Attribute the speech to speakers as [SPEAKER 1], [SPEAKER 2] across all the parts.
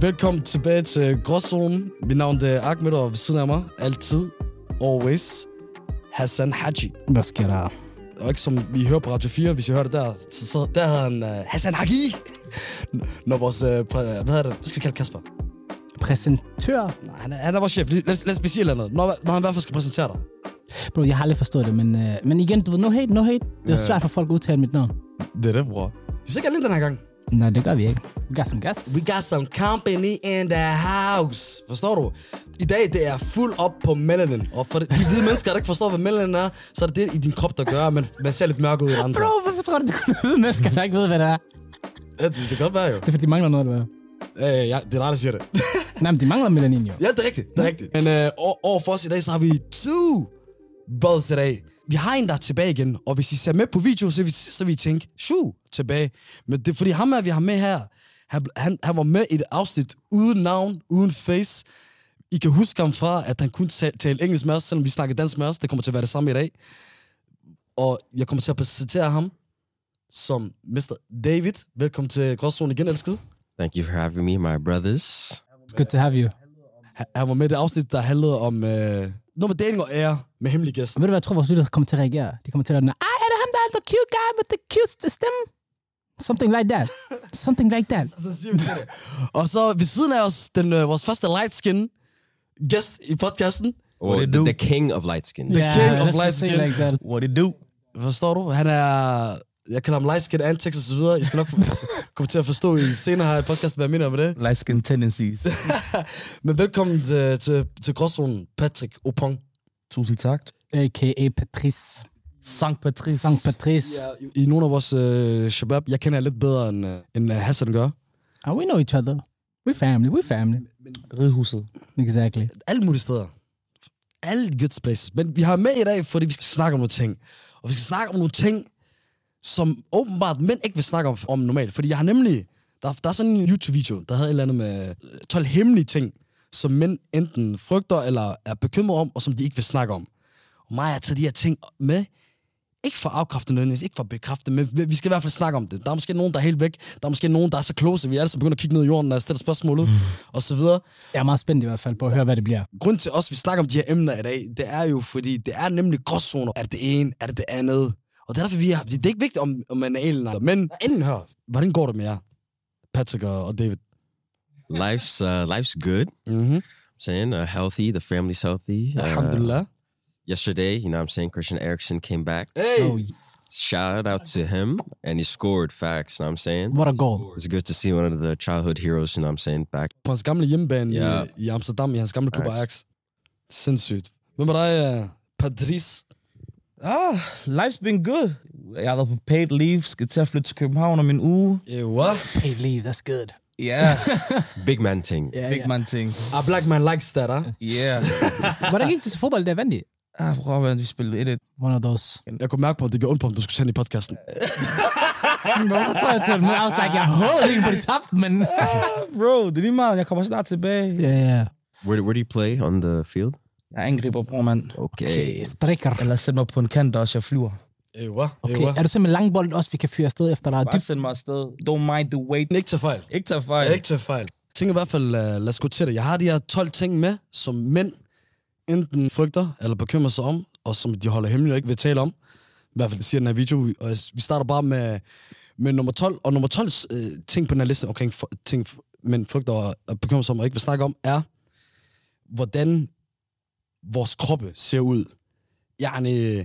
[SPEAKER 1] velkommen tilbage til Gråzonen. Mit navn det er Ahmed, og ved siden af mig, altid, always, Hassan Haji.
[SPEAKER 2] Hvad sker der?
[SPEAKER 1] Og ikke som vi hører på Radio 4, hvis I hører det der, så sidder der hedder han uh, Hassan Haji. Når vores, uh, præ- hvad hedder det, hvad skal vi kalde Kasper?
[SPEAKER 2] Præsentør?
[SPEAKER 1] Nej, han er, han er vores chef. Lad, lad, lad os sige et eller andet. Når, når han i hvert fald skal præsentere dig.
[SPEAKER 2] Bro, jeg har aldrig forstået det, men, øh, men igen, du ved, no hate, no hate. Det er
[SPEAKER 1] Ja.
[SPEAKER 2] svært for folk at udtale mit navn.
[SPEAKER 1] Det er det, bror. Vi er ikke alene den her gang.
[SPEAKER 2] Nej, det gør vi ikke. We got some gas.
[SPEAKER 1] We got some company in the house. Forstår du? I dag, det er fuld op på melanin. Og for de hvide mennesker, der ikke forstår, hvad melanin er, så er det det i din krop, der gør, at man, man ser lidt mørk ud i andre.
[SPEAKER 2] Bro, hvorfor tror du, det kunne vide mennesker, der ikke ved, hvad det er?
[SPEAKER 1] Ja, det, det kan godt være jo.
[SPEAKER 2] Det er, fordi de mangler noget, eller hvad?
[SPEAKER 1] Øh, ja, det er dig, der siger det.
[SPEAKER 2] Nej, men de mangler melanin, jo.
[SPEAKER 1] ja, det er rigtigt. Det er rigtigt. Men øh, over, over for os i dag, så har vi to brothers i dag. Vi har en, der er tilbage igen. Og hvis I ser med på video, så vil, så vil I tænke, shoo, tilbage. Men det er fordi ham her, vi har med her, han, han, han var med i et afsnit uden navn, uden face. I kan huske ham fra, at han kunne ta- tale engelsk med os, selvom vi snakkede dansk med os. Det kommer til at være det samme i dag. Og jeg kommer til at præsentere ham som Mr. David. Velkommen til Gråzonen igen, elskede.
[SPEAKER 3] Thank you for having me, my brothers.
[SPEAKER 2] It's good to have you.
[SPEAKER 1] Han- Han var med i det afsnit, der handlede om øh, noget med dating og ære med hemmelig gæst.
[SPEAKER 2] Og ved du, hvad jeg tror, vores lytter kommer til at reagere? De kommer til at være, ej, er det ham, der er the cute guy with the cute stemme? Something like that. Something like that.
[SPEAKER 1] Så siger vi det. og så ved siden af os, den, øh, vores første light skin gæst i podcasten.
[SPEAKER 3] Or
[SPEAKER 4] it
[SPEAKER 3] the,
[SPEAKER 4] do?
[SPEAKER 3] the king of light skins.
[SPEAKER 1] Yeah. king of
[SPEAKER 2] let's
[SPEAKER 1] light
[SPEAKER 2] just say
[SPEAKER 1] skin.
[SPEAKER 2] like that.
[SPEAKER 4] What it do?
[SPEAKER 1] Forstår du? Han er... Jeg kalder ham light skin antics og så videre. I skal nok komme til at forstå i senere her i podcasten, hvad jeg mener med det.
[SPEAKER 4] Light skin tendencies.
[SPEAKER 1] Men velkommen til, til, til gråzonen, Patrick Opong.
[SPEAKER 4] Tusind tak.
[SPEAKER 2] A.k.a. Patrice.
[SPEAKER 4] Sankt Patrice.
[SPEAKER 2] Sankt Patrice.
[SPEAKER 1] Ja, I, I nogle af vores øh, shabab, jeg kender jer lidt bedre, end, øh, end øh, Hassan gør.
[SPEAKER 2] And Oh, we know each other. We family, we family.
[SPEAKER 4] Ridhuset.
[SPEAKER 2] Exactly.
[SPEAKER 1] alle mulige steder. Alle good places. Men vi har med i dag, fordi vi skal snakke om nogle ting. Og vi skal snakke om nogle ting, som åbenbart mænd ikke vil snakke om, om normalt. Fordi jeg har nemlig... Der, der er sådan en YouTube-video, der havde et eller andet med øh, 12 hemmelige ting, som mænd enten frygter eller er bekymret om, og som de ikke vil snakke om. Og mig har taget de her ting med, ikke for at afkræfte nødvendigvis, ikke for at bekræfte, men vi vi skal i hvert fald snakke om det. Der er måske nogen, der er helt væk. Der er måske nogen, der er så close, at vi alle sammen begynder at kigge ned i jorden, når jeg stiller spørgsmålet, og så videre
[SPEAKER 2] Jeg er meget spændt i hvert fald på at høre, hvad det bliver.
[SPEAKER 1] grund til også, at vi snakker om de her emner i dag, det er jo, fordi det er nemlig gråzoner. Er det det ene? Er det det andet? Og det er derfor, vi har... Det er ikke vigtigt, om, om man er eller ej, men inden her, hvordan går det med jer? Patrick og og David.
[SPEAKER 3] Life's uh, life's good.
[SPEAKER 1] Mm-hmm.
[SPEAKER 3] I'm saying uh, healthy. The family's healthy. Uh,
[SPEAKER 1] Alhamdulillah.
[SPEAKER 3] yesterday, you know, what I'm saying Christian Erickson came back.
[SPEAKER 1] Hey!
[SPEAKER 2] Oh,
[SPEAKER 3] Shout out to him, and he scored. Facts. You know what I'm saying.
[SPEAKER 2] what a goal.
[SPEAKER 3] It's good to see one of the childhood heroes. You know what I'm saying. Back.
[SPEAKER 1] På hans gamle hjemmebane
[SPEAKER 3] Ja.
[SPEAKER 1] yeah. i, i Amsterdam, i hans gamle klub
[SPEAKER 3] Nice.
[SPEAKER 1] Ajax. Sindssygt. Hvem er dig, øh, Patrice?
[SPEAKER 4] Ah, life's been good. Jeg har været på paid leave, skal til at flytte til København om en uge.
[SPEAKER 1] Ewa.
[SPEAKER 2] Hey, leave, that's good.
[SPEAKER 4] Ja,
[SPEAKER 3] Big man ting.
[SPEAKER 2] Ja,
[SPEAKER 4] yeah, big
[SPEAKER 2] ja.
[SPEAKER 4] man ting.
[SPEAKER 1] A black man likes that, ah.
[SPEAKER 4] Ja.
[SPEAKER 2] Hvordan gik det til fodbold, der vandt de?
[SPEAKER 4] Ah, prøv at høre, vi spillede 1-1.
[SPEAKER 2] One of those.
[SPEAKER 1] Jeg kunne mærke på, at det gjorde ondt på, om du skulle tage den i podcasten.
[SPEAKER 2] Hvorfor tror jeg til det? I was like, jeg håber ikke på de tabte, men...
[SPEAKER 4] Ah, Bro, det er lige meget. Jeg kommer snart tilbage.
[SPEAKER 2] Ja, ja.
[SPEAKER 3] Where, where do you play on the field?
[SPEAKER 4] Jeg angriber, bror, mand.
[SPEAKER 3] Okay.
[SPEAKER 2] Okay, strikker.
[SPEAKER 4] Eller send mig på en kant også, jeg flyver.
[SPEAKER 1] Ewa.
[SPEAKER 2] Okay,
[SPEAKER 1] Ewa.
[SPEAKER 2] er du simpelthen langbold også, vi kan fyre afsted efter dig?
[SPEAKER 4] Bare send mig afsted. Don't mind the wait.
[SPEAKER 1] Ikke til fejl.
[SPEAKER 4] Ikke tage fejl.
[SPEAKER 1] Ikke til fejl. Jeg tænker i hvert fald, uh, lad os gå til det. Jeg har de her 12 ting med, som mænd enten frygter eller bekymrer sig om, og som de holder hemmelig og ikke vil tale om. I hvert fald, det siger den her video. Og jeg- vi starter bare med, med nummer 12. Og nummer 12 uh, ting på den her liste omkring fr- ting, f- mænd frygter og, og bekymrer sig om og ikke vil snakke om, er, hvordan vores kroppe ser ud. Yani, øh,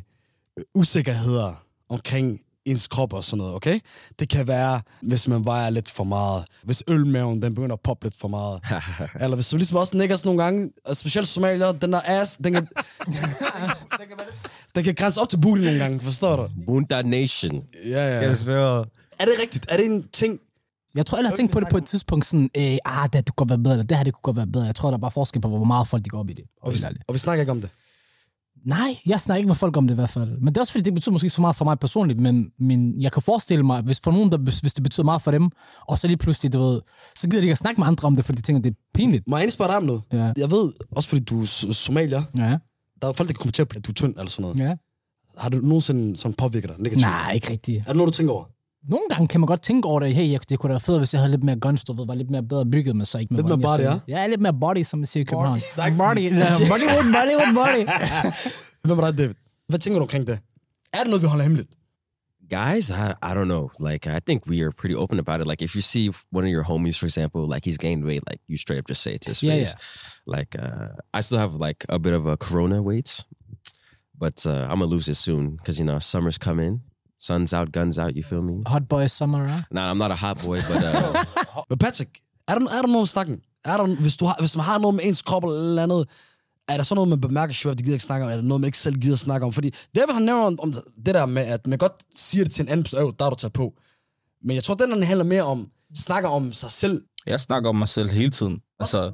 [SPEAKER 1] usikkerheder omkring ens krop og sådan noget, okay? Det kan være, hvis man vejer lidt for meget, hvis ølmaven den begynder at poppe lidt for meget, eller hvis du ligesom også nikker sådan nogle gange, og specielt somalier, den der ass, den kan, den kan grænse op til bulen nogle gange, forstår du?
[SPEAKER 3] Bunta Nation.
[SPEAKER 1] Ja, ja.
[SPEAKER 4] Jeg desværre.
[SPEAKER 1] Er det rigtigt? Er det en ting?
[SPEAKER 2] Jeg tror, jeg har tænkt på det på et tidspunkt sådan, øh, ah, det her, det kunne godt være bedre, eller det her det kunne godt være bedre. Jeg tror, der er bare forskel på, hvor meget folk de går op i det.
[SPEAKER 1] Og vi,
[SPEAKER 2] Helt ærligt.
[SPEAKER 1] og vi snakker ikke om det.
[SPEAKER 2] Nej, jeg snakker ikke med folk om det i hvert fald. Men det er også fordi, det betyder måske ikke så meget for mig personligt, men, men jeg kan forestille mig, hvis for nogen, der, hvis, hvis det betyder meget for dem, og så lige pludselig, du ved, så gider de ikke at snakke med andre om det, fordi de tænker, det er pinligt.
[SPEAKER 1] Må jeg egentlig spørge dig om noget?
[SPEAKER 2] Ja.
[SPEAKER 1] Jeg ved, også fordi du er s- somalier,
[SPEAKER 2] Ja,
[SPEAKER 1] der er folk, der kan kommentere på, at du er tynd eller sådan noget.
[SPEAKER 2] ja.
[SPEAKER 1] Har du nogensinde sådan påvirket dig negativt?
[SPEAKER 2] Nej, ikke rigtigt.
[SPEAKER 1] Er det noget, du tænker over?
[SPEAKER 2] nogle gange kan man godt tænke over det, hey, jeg, det kunne da være fedt, hvis jeg havde lidt mere guns, du ved, var lidt mere bedre bygget, men så ikke med
[SPEAKER 1] Lidt mere
[SPEAKER 2] hvordan jeg
[SPEAKER 1] body,
[SPEAKER 2] ser ud. Ja, lidt mere body, som man siger i København.
[SPEAKER 1] Body.
[SPEAKER 2] Body, ja, body, wood, body, wood, body.
[SPEAKER 1] Hvem er dig, David? Hvad tænker du omkring det? Er det noget, vi holder hemmeligt?
[SPEAKER 3] guys I, I don't know like i think we are pretty open about it like if you see one of your homies for example like he's gained weight like you straight up just say it to his
[SPEAKER 2] Yeah,
[SPEAKER 3] face like uh, i still have like a bit of a corona weight but uh, i'm gonna lose it soon because you know summer's coming sun's out guns out you feel me
[SPEAKER 2] Hot boy summer, ah.
[SPEAKER 3] nah i'm not a hot boy but uh,
[SPEAKER 1] Men Patrick, er der, er der noget om snakken? Er der, hvis, du har, hvis man har noget med ens krop eller et eller andet, er der sådan noget, man bemærker, at det gider ikke snakke om? Er der noget, man ikke selv gider snakke om? Fordi David har nævnt om, om det der med, at man godt siger det til en anden person, "Øv, der er du taget på. Men jeg tror, den der handler mere om, snakker om sig selv.
[SPEAKER 4] Jeg snakker om mig selv hele tiden. Altså,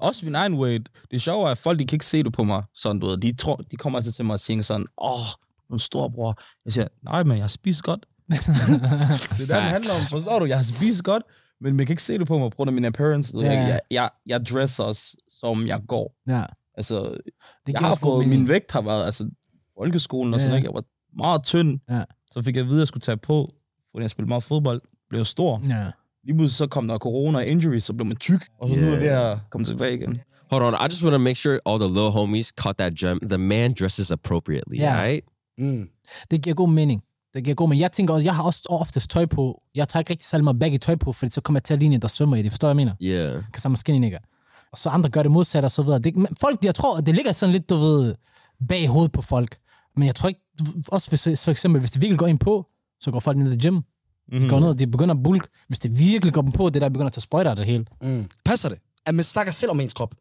[SPEAKER 4] også min egen weight. Det sjove er, at folk de kan ikke se det på mig. Sådan, du ved. De, tror, de kommer altid til mig og tænker sådan, åh, oh, du er en storbror. Jeg siger, nej, men jeg spiser godt. det er det, det handler om. Forstår du? Jeg har spist godt, men man kan ikke se det på mig på grund af min appearance. Du ved
[SPEAKER 2] Ja.
[SPEAKER 4] ikke? Jeg, jeg, jeg dresser også, som jeg går.
[SPEAKER 2] Ja,
[SPEAKER 4] Altså,
[SPEAKER 2] det
[SPEAKER 4] jeg
[SPEAKER 2] giver
[SPEAKER 4] har
[SPEAKER 2] også god
[SPEAKER 4] fået,
[SPEAKER 2] mening.
[SPEAKER 4] min vægt har været, altså folkeskolen og sådan,
[SPEAKER 2] Ja.
[SPEAKER 4] ja. ikke? jeg var meget tynd.
[SPEAKER 2] Ja.
[SPEAKER 4] Så fik jeg at vide, at jeg skulle tage på, fordi jeg spillede meget fodbold, blev stor.
[SPEAKER 2] Ja.
[SPEAKER 4] Lige pludselig så kom der corona og injuries, så blev man tyk, og så yeah. nu er jeg ved at komme tilbage igen.
[SPEAKER 3] hold on i just want to make sure all the little homies caught that gem the man dresses appropriately
[SPEAKER 2] Yeah.
[SPEAKER 3] all right
[SPEAKER 1] Mm.
[SPEAKER 2] Det giver god mening. Det giver god mening. Jeg tænker også, jeg har også oftest tøj på. Jeg tager ikke rigtig særlig meget baggy tøj på, fordi så kommer jeg til at ligne, en, der svømmer i det. Forstår du, hvad jeg mener?
[SPEAKER 3] yeah
[SPEAKER 2] Kan sammen skinny nigger. Og så andre gør det modsatte og så videre. Det, men folk, jeg tror, det ligger sådan lidt, du ved, bag i hovedet på folk. Men jeg tror ikke, også hvis, for eksempel, hvis det virkelig går ind på, så går folk ned i gym. Mm.
[SPEAKER 4] Mm-hmm.
[SPEAKER 2] Går ned, og de begynder at bulk. Hvis det virkelig går dem på, det der begynder at tage sprøjter og det hele.
[SPEAKER 1] Mm. Passer det? At man snakker selv om ens krop?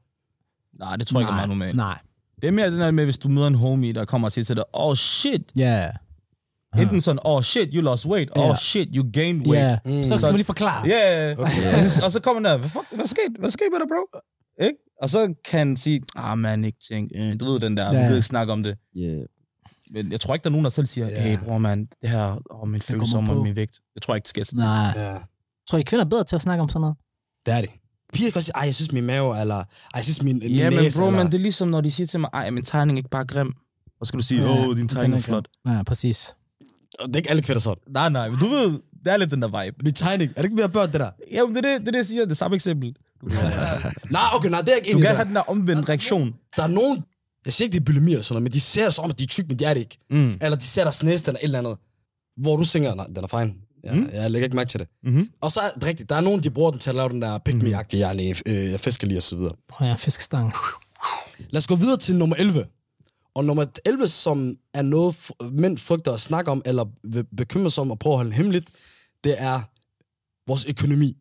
[SPEAKER 4] Nej, det tror jeg ikke er
[SPEAKER 2] Nej,
[SPEAKER 4] meget normalt.
[SPEAKER 2] Nej.
[SPEAKER 4] Det er mere den der med, hvis du møder en homie, der kommer og siger til dig, oh shit,
[SPEAKER 2] Ja. Yeah.
[SPEAKER 4] enten sådan, oh shit, you lost weight,
[SPEAKER 2] Ja.
[SPEAKER 4] oh shit, you gained
[SPEAKER 2] Ja.
[SPEAKER 4] weight.
[SPEAKER 2] Yeah. Mm. Så skal man lige forklare.
[SPEAKER 4] Ja, yeah. yeah. okay. og så kommer den der, hvad, fuck, hvad skete? Hvad skete med dig, bro? Ikke? Og så kan han sige, ah man, ikke tænk, øh, du ved den der, yeah. vi
[SPEAKER 2] Ja.
[SPEAKER 4] gider ikke snakke om det.
[SPEAKER 3] yeah
[SPEAKER 4] Men jeg tror ikke, der er nogen, der selv siger,
[SPEAKER 1] Ja.
[SPEAKER 4] yeah. hey bror mand, det her, åh,
[SPEAKER 2] kommer
[SPEAKER 4] min følelse om
[SPEAKER 2] på.
[SPEAKER 4] og min vægt. Jeg tror ikke, det sker så tit.
[SPEAKER 2] Nej.
[SPEAKER 1] Ja.
[SPEAKER 2] Tror I kvinder er bedre til at snakke om sådan noget?
[SPEAKER 1] Det er det. Piger kan også sige, ej, jeg synes min mave, eller ej, jeg synes min, min
[SPEAKER 4] Ja, men
[SPEAKER 1] næse,
[SPEAKER 4] bro,
[SPEAKER 1] eller,
[SPEAKER 4] men det er ligesom, når de siger til mig, ej, min tegning er ikke bare grim. Og så skal du sige,
[SPEAKER 2] Ja,
[SPEAKER 4] åh, oh, din
[SPEAKER 2] den
[SPEAKER 4] tegning er
[SPEAKER 2] grim.
[SPEAKER 4] flot.
[SPEAKER 2] Ja, præcis.
[SPEAKER 1] Og det er ikke alle kvinder sådan.
[SPEAKER 4] Nej, nej, men du ved, det er lidt den der vibe.
[SPEAKER 1] Min tegning, er det ikke ved at børn, det der?
[SPEAKER 4] Jamen, det er det, det, er det jeg siger, det er samme eksempel. Du kan,
[SPEAKER 1] Nej, okay, nej, det er jeg ikke enig i.
[SPEAKER 4] du kan
[SPEAKER 1] det der.
[SPEAKER 4] have den der omvendte reaktion.
[SPEAKER 1] Der er nogen, jeg siger ikke, det er bulimi eller sådan noget, men de ser som om, at de er tykke, men de er det ikke.
[SPEAKER 4] Mm.
[SPEAKER 1] Eller de ser deres næste eller et eller andet. Hvor du tænker, nej, den er fejl. Ja, mm. Jeg lægger ikke mærke til det.
[SPEAKER 4] Mhm.
[SPEAKER 1] Og så er det rigtigt, der er nogen, de bruger den til at lave den der pick
[SPEAKER 4] Mm.
[SPEAKER 1] me agtige jeg, er lige, øh, jeg fisker lige og så videre.
[SPEAKER 2] Åh ja, fiskestang.
[SPEAKER 1] Lad os gå videre til nummer 11. Og nummer 11, som er noget, f- mænd frygter at snakke om, eller vil bekymre sig om og prøve at holde hemmeligt, det er vores økonomi.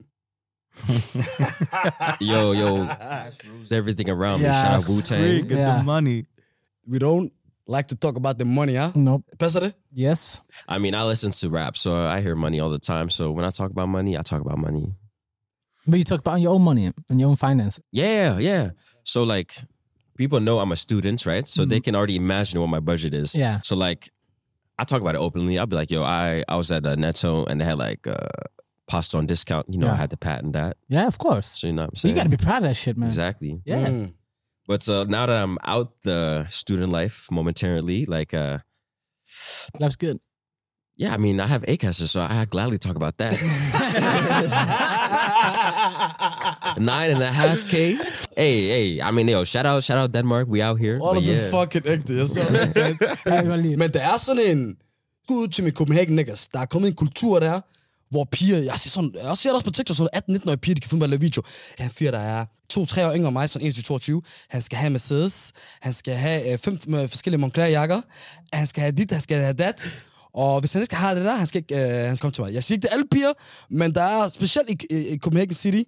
[SPEAKER 3] yo yo everything around me
[SPEAKER 2] Yeah,
[SPEAKER 3] shout out wu-tang
[SPEAKER 4] Freak, get
[SPEAKER 2] Ja.
[SPEAKER 4] the money.
[SPEAKER 1] We don't like to talk about the money, ja?
[SPEAKER 2] No.
[SPEAKER 1] Passer det?
[SPEAKER 2] Yes.
[SPEAKER 3] I mean, I listen to rap, so I hear money all the time. So when I talk about money, I talk about money.
[SPEAKER 2] But you talk about your own money and your own finance.
[SPEAKER 3] Yeah, yeah. So like, people know I'm a student, right? So they can already imagine what my budget is.
[SPEAKER 2] Mm-hmm. Yeah.
[SPEAKER 3] So like, I talk about it openly. I'll be like, "Yo, I I was at uh, Netto and they had like uh, pasta on discount. You know,
[SPEAKER 2] Yeah.
[SPEAKER 3] I had to patent that.
[SPEAKER 2] Yeah, of course.
[SPEAKER 3] So you know what I'm
[SPEAKER 2] You
[SPEAKER 3] saying?
[SPEAKER 2] gotta be proud of that shit, man.
[SPEAKER 3] exactly.
[SPEAKER 2] Yeah.
[SPEAKER 1] Mm.
[SPEAKER 3] But uh, now that I'm out the student life momentarily, like, uh,
[SPEAKER 2] Life's good.
[SPEAKER 3] yeah, I mean, I have Acaster, so I gladly talk about that. Nine and a half K. Hey, hey. I mean, yo, shout out, shout out Denmark. We out here.
[SPEAKER 1] All
[SPEAKER 3] but
[SPEAKER 1] of
[SPEAKER 3] yeah.
[SPEAKER 1] the fucking ægte. Jeg så.
[SPEAKER 2] Jeg kan godt lide det.
[SPEAKER 1] Men der er sådan en... Skud til min Copenhagen Niggers. Der er kommet en kultur der, hvor piger... Jeg ser, sådan, jeg ser det også på TikTok, sådan 18-19-årige piger, de kan finde ud af at lave video. Der er en fyr, der er 2-3 år yngre end mig, sådan 21-22. Han skal have Mercedes. Han skal have øh, fem øh, forskellige Moncler-jakker. Han skal have dit, han skal have dat. Og hvis han ikke skal have det der, han skal, ikke, øh, han skal komme til mig. Jeg siger ikke, det er alle piger, men der er specielt i, i, i Copenhagen City,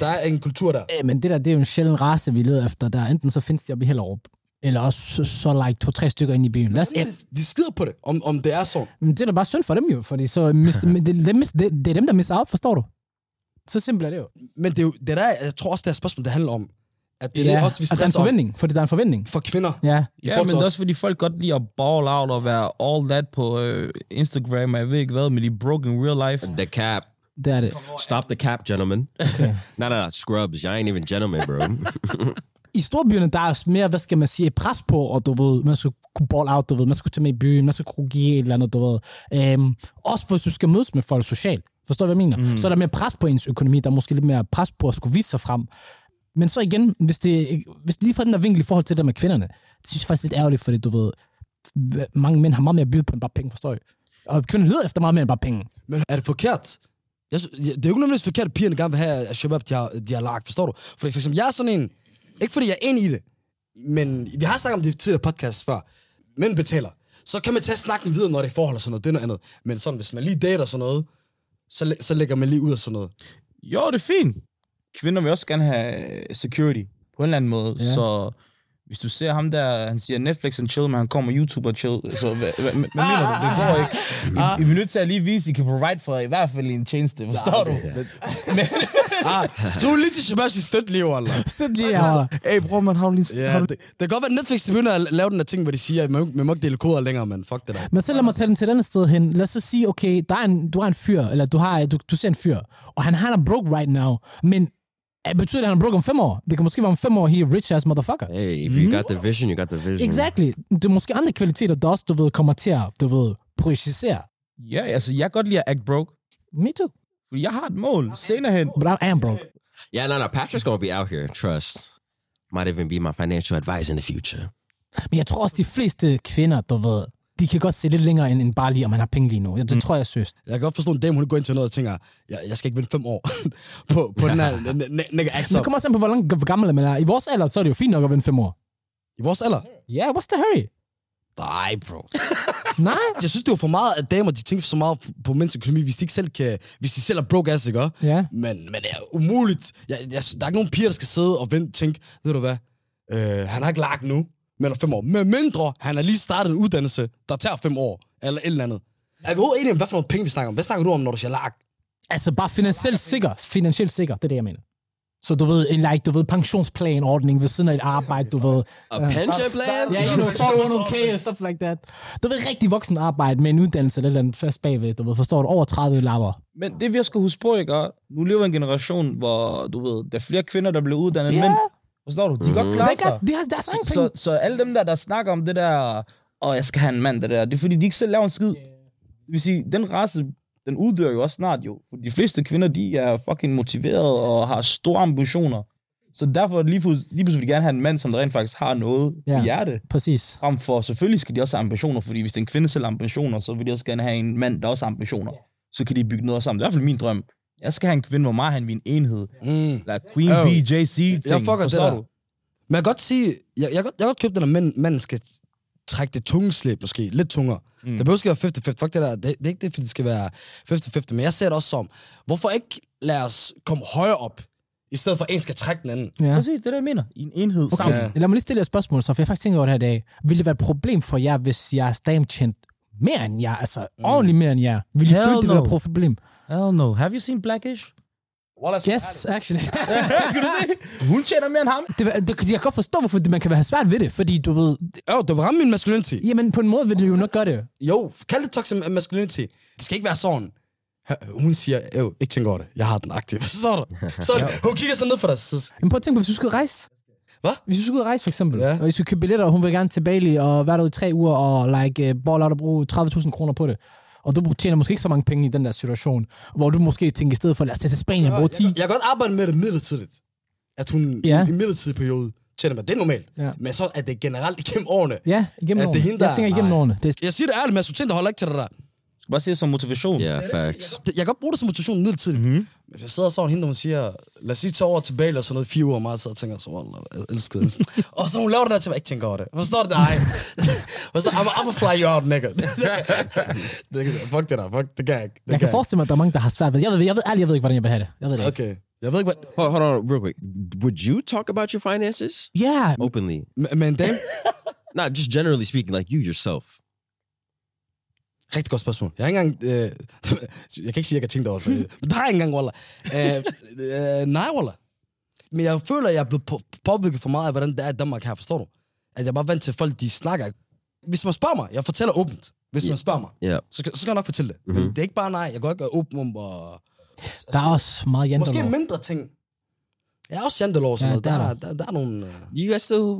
[SPEAKER 1] der er en kultur der.
[SPEAKER 2] Øh, men det der, det er jo en sjælden race, vi leder efter. Der enten så findes de oppe i Hellerup, eller også så, så like to-tre stykker ind i byen. Lad os, ja,
[SPEAKER 1] De skider på det, om, om det er sådan.
[SPEAKER 2] men det er da bare synd for dem jo, fordi så mis, men det, dem, mis- det, det, er dem, der misser op, forstår du? Så simpelt er det jo.
[SPEAKER 1] Men det er jo, det der, jeg tror også, det er et spørgsmål, det handler om. At det ja, er
[SPEAKER 2] ja,
[SPEAKER 1] også, vi
[SPEAKER 2] og der er en
[SPEAKER 1] stresser om
[SPEAKER 2] forventning, fordi der er en forventning.
[SPEAKER 1] for kvinder.
[SPEAKER 2] Ja,
[SPEAKER 1] I
[SPEAKER 4] Ja,
[SPEAKER 1] forhold
[SPEAKER 4] men
[SPEAKER 1] til
[SPEAKER 4] det er
[SPEAKER 1] os.
[SPEAKER 4] også fordi folk godt lide at ball out og være all that på øh, Instagram, og jeg ved ikke hvad, men de er broke in real life.
[SPEAKER 3] The cap.
[SPEAKER 2] det er det.
[SPEAKER 3] Stop the cap, gentlemen.
[SPEAKER 2] Okay.
[SPEAKER 3] no, no, no. Scrubs. Y'all ain't even gentlemen, bro.
[SPEAKER 2] i storbyerne, der er mere, hvad skal man sige, et pres på, og du ved, man skal kunne ball out, du ved, man skal kunne tage med i byen, man skal kunne give et eller andet, du ved. Øhm, også hvis du skal mødes med folk socialt. Forstår du, hvad jeg mener? Mm. Så er der mere pres på ens økonomi, der er måske lidt mere pres på at skulle vise sig frem. Men så igen, hvis det, hvis det lige fra den der vinkel i forhold til det der med kvinderne, det synes jeg faktisk er lidt ærgerligt, fordi du ved, hva- mange mænd har meget mere at byde på end bare penge, forstår jeg. Og kvinder leder efter meget mere end bare penge.
[SPEAKER 1] Men er det forkert? Jeg, sy- ja, det er jo ikke nødvendigvis forkert, at pigerne gerne vil have, at Shabab de har, de har lagt, forstår du? Fordi for eksempel, jeg er sådan en, ikke fordi jeg er enig i det, men vi har snakket om det i tidligere podcast før, mænd betaler. Så kan man tage snakken videre, når det er forhold og sådan noget, det er noget andet. Men sådan, hvis man lige dater sådan noget, så, læ- så lægger man lige ud af sådan noget.
[SPEAKER 4] Jo, det er fint. Kvinder vil også gerne have øh, security på en eller anden måde.
[SPEAKER 2] Ja.
[SPEAKER 4] Ja. Så hvis du ser ham der, han siger Netflix and chill, men han kommer YouTube og chill. Så hvad, hvad, hvad mener du? Det går ikke. I, I er nødt til at lige vise, I kan provide for i hvert fald en tjeneste. Forstår du?
[SPEAKER 1] Men, ah, skriv lige til Shabab, sin støtte lige, Wallah.
[SPEAKER 2] Det er lige her.
[SPEAKER 4] Hey, bror, man har jo lige...
[SPEAKER 1] Ja, det, det kan godt være, at Netflix de begynder at lave den der ting, hvor de siger, at man, må ikke- man må ikke dele koder længere, men fuck det der.
[SPEAKER 2] Men så lad mig tage den til et andet sted hen. Lad os så sige, okay, der er en, du har en fyr, eller du, har, du, du ser en fyr, og han har en broke right now, men øh, betyder det, at han er broke om fem år? Det kan måske være om fem år, he er rich ass motherfucker.
[SPEAKER 3] Hey, if you got
[SPEAKER 1] Mm-hmm.
[SPEAKER 3] the vision, you got the vision.
[SPEAKER 2] Exactly. Det er måske andre kvaliteter, der også, du ved, kommer til at, du ved, projicere.
[SPEAKER 4] Ja, altså, jeg kan godt lide at act broke.
[SPEAKER 2] Me too.
[SPEAKER 4] Fordi jeg har et mål senere hen.
[SPEAKER 2] But I am broke.
[SPEAKER 3] Yeah, no, no. Patrick's gonna be out here. Trust. Might even be my financial advice in the future.
[SPEAKER 2] Men jeg tror også, de fleste kvinder, du ved, de kan godt se lidt længere end, end bare lige, om man har penge lige nu. Det, det tror jeg søst.
[SPEAKER 1] Jeg kan godt forstå, at en dame, hun går ind til noget og tænker, jeg, jeg skal ikke vente fem år på, på den her n- n- n- nigga
[SPEAKER 2] Så.
[SPEAKER 1] axe
[SPEAKER 2] Det kommer også an på, hvor, lang, hvor gammel man er. I vores alder, så er det jo fint nok at vente fem år.
[SPEAKER 1] I vores alder?
[SPEAKER 2] Ja, yeah, what's the hurry?
[SPEAKER 1] Nej, bro.
[SPEAKER 2] Nej.
[SPEAKER 1] Jeg synes, det var for meget, at damer, de tænker så meget på mænds økonomi, hvis de ikke selv kan, hvis de selv er broke ass, ikke? også?
[SPEAKER 2] Ja.
[SPEAKER 1] Men, men det er umuligt. Jeg, jeg, der er ikke nogen piger, der skal sidde og vente og tænke, ved du hvad, øh, han har ikke lagt nu, men om fem år. Med mindre, han har lige startet en uddannelse, der tager fem år, eller et eller andet. Er vi overhovedet enige om, hvad for nogle penge vi snakker om? Hvad snakker du om, når du siger lagt?
[SPEAKER 2] Altså bare finansielt sikker. Finansielt sikker, det er det, jeg mener. Så du ved, en like, du ved, pensionsplanordning ved siden af et arbejde, du ved.
[SPEAKER 3] A Uh, pension plan?
[SPEAKER 2] Ja, you know, 401k and stuff like that. Du ved, rigtig voksen arbejde med en uddannelse eller et eller andet fast bagved, du ved, forstår du, over 30 lapper.
[SPEAKER 4] Men det, vi skal huske på, ikke? er, Nu lever en generation, hvor, du ved, der er flere kvinder, der bliver uddannet end
[SPEAKER 2] Ja.
[SPEAKER 4] mænd. Forstår du? De kan godt klare
[SPEAKER 2] They
[SPEAKER 4] sig.
[SPEAKER 2] got, de har deres egen
[SPEAKER 4] Altså. Så,
[SPEAKER 2] penge.
[SPEAKER 4] så alle dem der, der snakker om det der, og jeg skal have en mand, det der, det er fordi, de ikke selv laver en skid. Det vil sige, den race, den uddør jo også snart jo. For de fleste kvinder, de er fucking motiverede og har store ambitioner. Så derfor lige, fu- lige pludselig vil de gerne have en mand, som der rent faktisk har noget
[SPEAKER 2] Ja.
[SPEAKER 4] yeah. i hjerte.
[SPEAKER 2] Præcis.
[SPEAKER 4] Frem for, selvfølgelig skal de også have ambitioner, fordi hvis det er en kvinde selv har ambitioner, så vil de også gerne have en mand, der også har ambitioner. Så kan de bygge noget sammen. Det er i hvert fald min drøm. Jeg skal have en kvinde, hvor meget han vil en enhed.
[SPEAKER 1] Mm.
[SPEAKER 4] Like Queen
[SPEAKER 1] Øv.
[SPEAKER 4] oh. BJC ting.
[SPEAKER 1] Jeg fucker det
[SPEAKER 4] Forstår
[SPEAKER 1] der.
[SPEAKER 4] du?
[SPEAKER 1] Men jeg kan godt sige, jeg, jeg, kan godt- jeg kan godt købe den, at mænd, manden skal trække det tunge slæb måske, lidt tungere. Mm. Det behøver ikke at være 50-50, fuck det der, det, det er ikke det, fordi det skal være 50-50, men jeg ser det også som, hvorfor ikke lade os komme højere op, i stedet for at en skal trække den anden?
[SPEAKER 2] Ja.
[SPEAKER 4] Præcis, det er det, jeg mener. I en enhed okay. sammen.
[SPEAKER 1] Ja.
[SPEAKER 2] Lad mig lige stille jer et spørgsmål, så, for jeg har faktisk tænker over det her i dag. Vil det være et problem for jer, hvis jeg er stamtjent mere end jer? Altså mm. ordentligt mere end jer? Vil I
[SPEAKER 4] Hell
[SPEAKER 2] føle, det vil
[SPEAKER 4] no.
[SPEAKER 2] være et problem?
[SPEAKER 4] Hell no. Have you seen Blackish?
[SPEAKER 1] Wallace,
[SPEAKER 2] Yes, actually.
[SPEAKER 4] Hun tjener mere end ham.
[SPEAKER 2] det, det, jeg kan godt forstå, hvorfor det, man kan have svært ved det, fordi du ved,
[SPEAKER 1] Jo, det var ramme min masculinity.
[SPEAKER 2] jamen på en måde vil det jo nok gøre det.
[SPEAKER 1] Jo, kald det toxic masculinity. Det skal ikke være sådan. Ha- Hun siger, jo, ikke tænk over det, jeg har den aktiv. Forstår du? Så hun kigger sådan ned for dig. Så,
[SPEAKER 2] Men prøv at tænke på, hvis du skulle rejse.
[SPEAKER 1] Hvad?
[SPEAKER 2] Hvis du skulle ud og rejse, for eksempel.
[SPEAKER 1] Ja.
[SPEAKER 2] Og I skulle købe billetter, og hun vil gerne til Bali og være derude i tre uger, og like, uh, ball out og bruge 30.000 kroner på det. Og du tjener måske ikke så mange penge i den der situation, hvor du måske tænker i stedet for, lad os tage til Spanien og bruge 10.
[SPEAKER 1] jeg kan godt arbejde med det midlertidigt. At hun
[SPEAKER 2] Ja.
[SPEAKER 1] ja. i en midlertidig periode tjener mig. Det er normalt.
[SPEAKER 2] Ja.
[SPEAKER 1] Men så er det generelt igennem årene.
[SPEAKER 2] Ja, igennem
[SPEAKER 1] Er det
[SPEAKER 2] årene.
[SPEAKER 1] hende, der-
[SPEAKER 2] Jeg tænker igennem
[SPEAKER 1] Nej.
[SPEAKER 2] årene. Det,
[SPEAKER 1] Jeg siger det ærligt, men Sutin, der holder ikke til det der.
[SPEAKER 4] Skal bare se det som motivation.
[SPEAKER 3] Yeah, facts.
[SPEAKER 1] Det- Jeg kan godt bruge det som motivation midlertidigt. Mm-hmm. Men jeg sidder sådan hende, og hun siger, lad os sige tage over til Bale og sådan noget i fire uger, og meget så tænker jeg så, "Wallah, jeg elsker det. og så hun laver den der til, at jeg ikke tænker over det. Forstår du det? Ej. og så, I'm, I'm a fly you out, nigga. det, kan- fuck det der, fuck, det kan jeg ikke. Det
[SPEAKER 2] jeg kan
[SPEAKER 1] jeg
[SPEAKER 2] forestille mig, at der er mange, der har svært ved det. Jeg ved, jeg ved, ærligt, jeg ved ikke, hvordan jeg vil have det. Jeg ved det
[SPEAKER 1] ikke.
[SPEAKER 2] ikke.
[SPEAKER 1] Okay. Jeg ved ikke, hvad...
[SPEAKER 3] Hold, hold on, real quick. Would you talk about your finances
[SPEAKER 2] Ja,
[SPEAKER 3] openly?
[SPEAKER 1] Men- Men dame,
[SPEAKER 3] Not just generally speaking, like you yourself.
[SPEAKER 1] Rigtig godt spørgsmål. Jeg har ikke engang... Øh, jeg kan ikke sige, at jeg kan tænke over det, for, øh, men der har jeg ikke engang, Walla. Øh, øh, nej, Walla. Men jeg føler, at jeg er blevet på, påvirket for meget af, hvordan det er i Danmark her, forstår du? At jeg er bare vant til, at folk de snakker. Hvis man spørger mig, jeg fortæller åbent. Hvis man spørger mig,
[SPEAKER 3] Yeah.
[SPEAKER 1] så, skal- så skal jeg nok fortælle det.
[SPEAKER 2] Mhm.
[SPEAKER 1] Mm-hmm. Men det er ikke bare nej, jeg går ikke åben om... Og,
[SPEAKER 2] der er også meget
[SPEAKER 1] måske
[SPEAKER 2] jantelov.
[SPEAKER 1] mindre ting. Ja, også jantelov og sådan
[SPEAKER 2] Ja,
[SPEAKER 1] noget.
[SPEAKER 2] der er
[SPEAKER 1] Der, er- der, der er nogle... Uh...
[SPEAKER 3] Do you guys still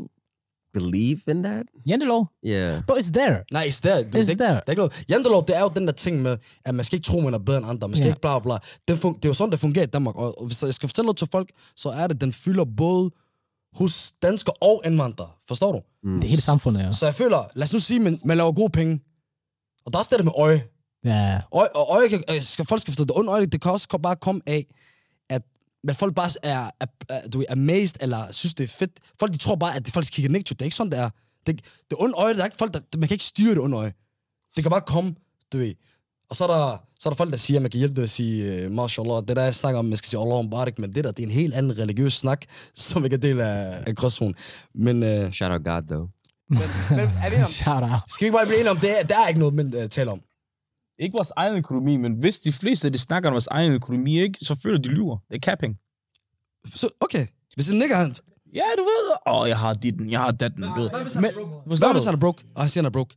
[SPEAKER 3] believe in that?
[SPEAKER 2] Jantelov?
[SPEAKER 3] Yeah.
[SPEAKER 2] Bro, it's there.
[SPEAKER 1] Nej, it's there. Det,
[SPEAKER 2] It's
[SPEAKER 1] det,
[SPEAKER 2] there.
[SPEAKER 1] Det, er ikke noget. Jantelov, det er jo den der ting med, at man skal ikke tro, man er bedre end andre. Man skal
[SPEAKER 2] Ja.
[SPEAKER 1] ikke bla bla. Den fun- det er jo sådan, det fungerer i Danmark. Og og hvis jeg skal fortælle noget til folk, så er det, den fylder både hos danskere og indvandrere. Forstår du?
[SPEAKER 3] Hmm.
[SPEAKER 2] Det er hele samfundet, ja.
[SPEAKER 1] Så jeg føler, lad os nu sige, man, man laver gode penge. Og der er også det der med øje.
[SPEAKER 2] Ja,
[SPEAKER 1] øje og øje kan, øh, skal, folk skal forstå, det onde øje, det kan også kom- bare komme af, at men folk bare er, er, er, du ved, amazed, eller synes, det er fedt. Folk, de tror bare, at det folk kigger negativt. Det er ikke sådan, det er. Det, det onde øje, der er ikke folk, der, man kan ikke styre det onde øje. Det kan bare komme, du ved. Og så er der, så er der folk, der siger, at man kan hjælpe det at sige, øh, mashallah, det der, jeg snakker om, man skal sige, Allah Mubarak, men det der, det er en helt anden religiøs snak, som ikke er del af, af gråzonen. Men, øh,
[SPEAKER 3] Shout out God though.
[SPEAKER 2] shout out.
[SPEAKER 1] skal vi ikke bare blive enige om, det er, der er ikke noget, man øh, taler om.
[SPEAKER 4] Ikke vores egen økonomi, men hvis de fleste de snakker om vores egen økonomi, ikke, så føler de lyver. Det er capping.
[SPEAKER 1] Så, okay, hvis en nigger, han,
[SPEAKER 4] Ja, du ved. Åh, oh, jeg har ditten, jeg har datten. du ved. Men- forstår
[SPEAKER 1] hvad hvis
[SPEAKER 4] du?
[SPEAKER 1] han er broke, og han siger, han er broke?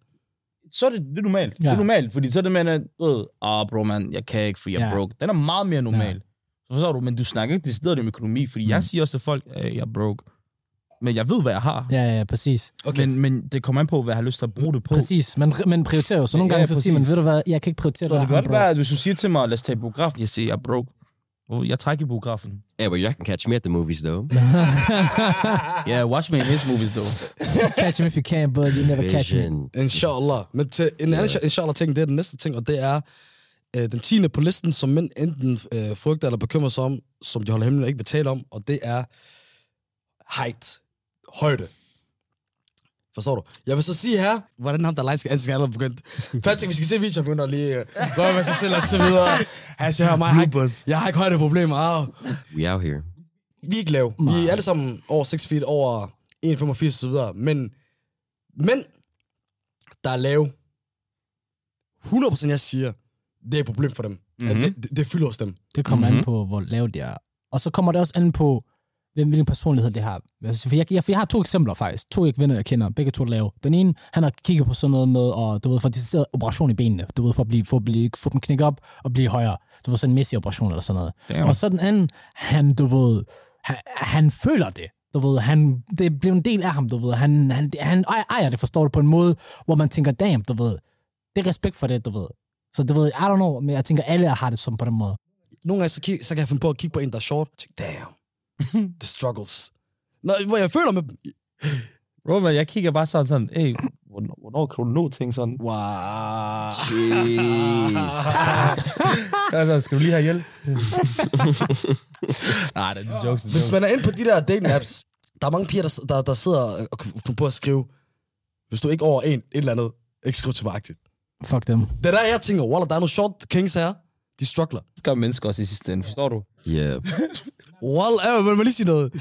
[SPEAKER 4] så er det, det er normalt. Ja. Det
[SPEAKER 2] Ja.
[SPEAKER 4] er normalt, fordi så er det med, at du ved, ah bro man, jeg kan ikke, fordi jeg er
[SPEAKER 2] Ja.
[SPEAKER 4] broke. Den er meget mere normal. Så forstår du, men du snakker ikke decideret om økonomi, fordi mm. jeg siger også til folk, at jeg er broke. Men jeg ved, hvad jeg har. Ja.
[SPEAKER 2] Ja, ja, præcis.
[SPEAKER 1] Okay.
[SPEAKER 4] Okay. Men, men det kommer an på, hvad jeg har lyst til at bruge det på.
[SPEAKER 2] Præcis. Man, man prioriterer jo. Så nogle
[SPEAKER 4] Ja,
[SPEAKER 2] gange så siger man,
[SPEAKER 4] præcis.
[SPEAKER 2] ved du hvad, jeg kan ikke prioritere
[SPEAKER 4] Så det
[SPEAKER 2] det.
[SPEAKER 4] kan godt
[SPEAKER 2] der,
[SPEAKER 4] være, at hvis du siger til mig, lad os tage i biografen, jeg siger, jeg er broke. Oh, jeg tager ikke i biografen.
[SPEAKER 3] Yeah, but y'all can catch me at the movies though.
[SPEAKER 4] Ja, yeah, watch me in his movies, though.
[SPEAKER 2] bro. Catch him if you can, but you never catch him.
[SPEAKER 3] Vision.
[SPEAKER 1] Inshallah. Men til en anden yeah. inshallah ting, det er den næste ting, og det er øh, den tiende på listen, som mænd enten øh, frygter eller bekymrer sig om, som de holder hemmelig og ikke vil tale om, og det er height. Højde. Forstår du? Jeg vil så sige her, hvordan ham der light skal ansigt allerede begyndt. Patrick, vi skal se videoen, begynder lige øh, røre med sig selv og så videre. Han siger, "Hør mig, jeg har ikke, jeg har ikke højde problemer. Ah,
[SPEAKER 3] We out here.
[SPEAKER 1] vi er ikke lave. Vi er alle sammen over 6 feet, over 1,85 og så videre. Men mænd, der er lave, 100% jeg siger, det er et problem for dem. Mm-hmm. Det, det, det fylder hos dem.
[SPEAKER 2] Det kommer mm-hmm.
[SPEAKER 4] Mhm.
[SPEAKER 2] an på, hvor lavt de er. Og så kommer det også an på, hvem, hvilken personlighed det har. Altså, for, jeg, jeg, for jeg har to eksempler faktisk. To ikke venner, jeg kender. Begge to er lave. Den ene, han har kigget på sådan noget med, og du ved, for decideret operation i benene. Du ved, for at blive, for at blive, få dem knækket op og blive højere. Du ved, sådan en mæssig operation eller sådan noget.
[SPEAKER 4] Damn.
[SPEAKER 2] Og så den anden, han, du ved, han, han føler det. Du ved, han, det blev en del af ham, du ved. Han, han, han ej- ejer det, forstår du, på en måde, hvor man tænker, damn, du ved. Det er respekt for det, du ved. Så du ved, I don't know, men jeg tænker, alle har det som på den måde.
[SPEAKER 1] Nogle gange, så, kig, så kan jeg finde på at kigge på en, der er short. Tænk, damn, the struggles. Nå, hvor jeg føler med dem.
[SPEAKER 4] Bro, man, jeg kigger bare sådan sådan, hey, hvornår, hvornår kan du nå ting sådan?
[SPEAKER 1] Wow.
[SPEAKER 3] Jeez.
[SPEAKER 4] altså, skal du lige have hjælp? Nej, det er jokes. Det er
[SPEAKER 1] Hvis
[SPEAKER 4] jokes.
[SPEAKER 1] man er inde på de der dating apps, der er mange piger, der, der, der sidder og finder på at skrive, hvis du er ikke over en, et eller andet, ikke skriv til mig agtigt.
[SPEAKER 2] Fuck dem.
[SPEAKER 1] Det er der, jeg tænker, Walla, der er nogle short kings her. De struggler.
[SPEAKER 4] Det gør mennesker også i sidste ende, forstår du?
[SPEAKER 3] Yeah.
[SPEAKER 1] Walla, øh, vil man lige sige noget? der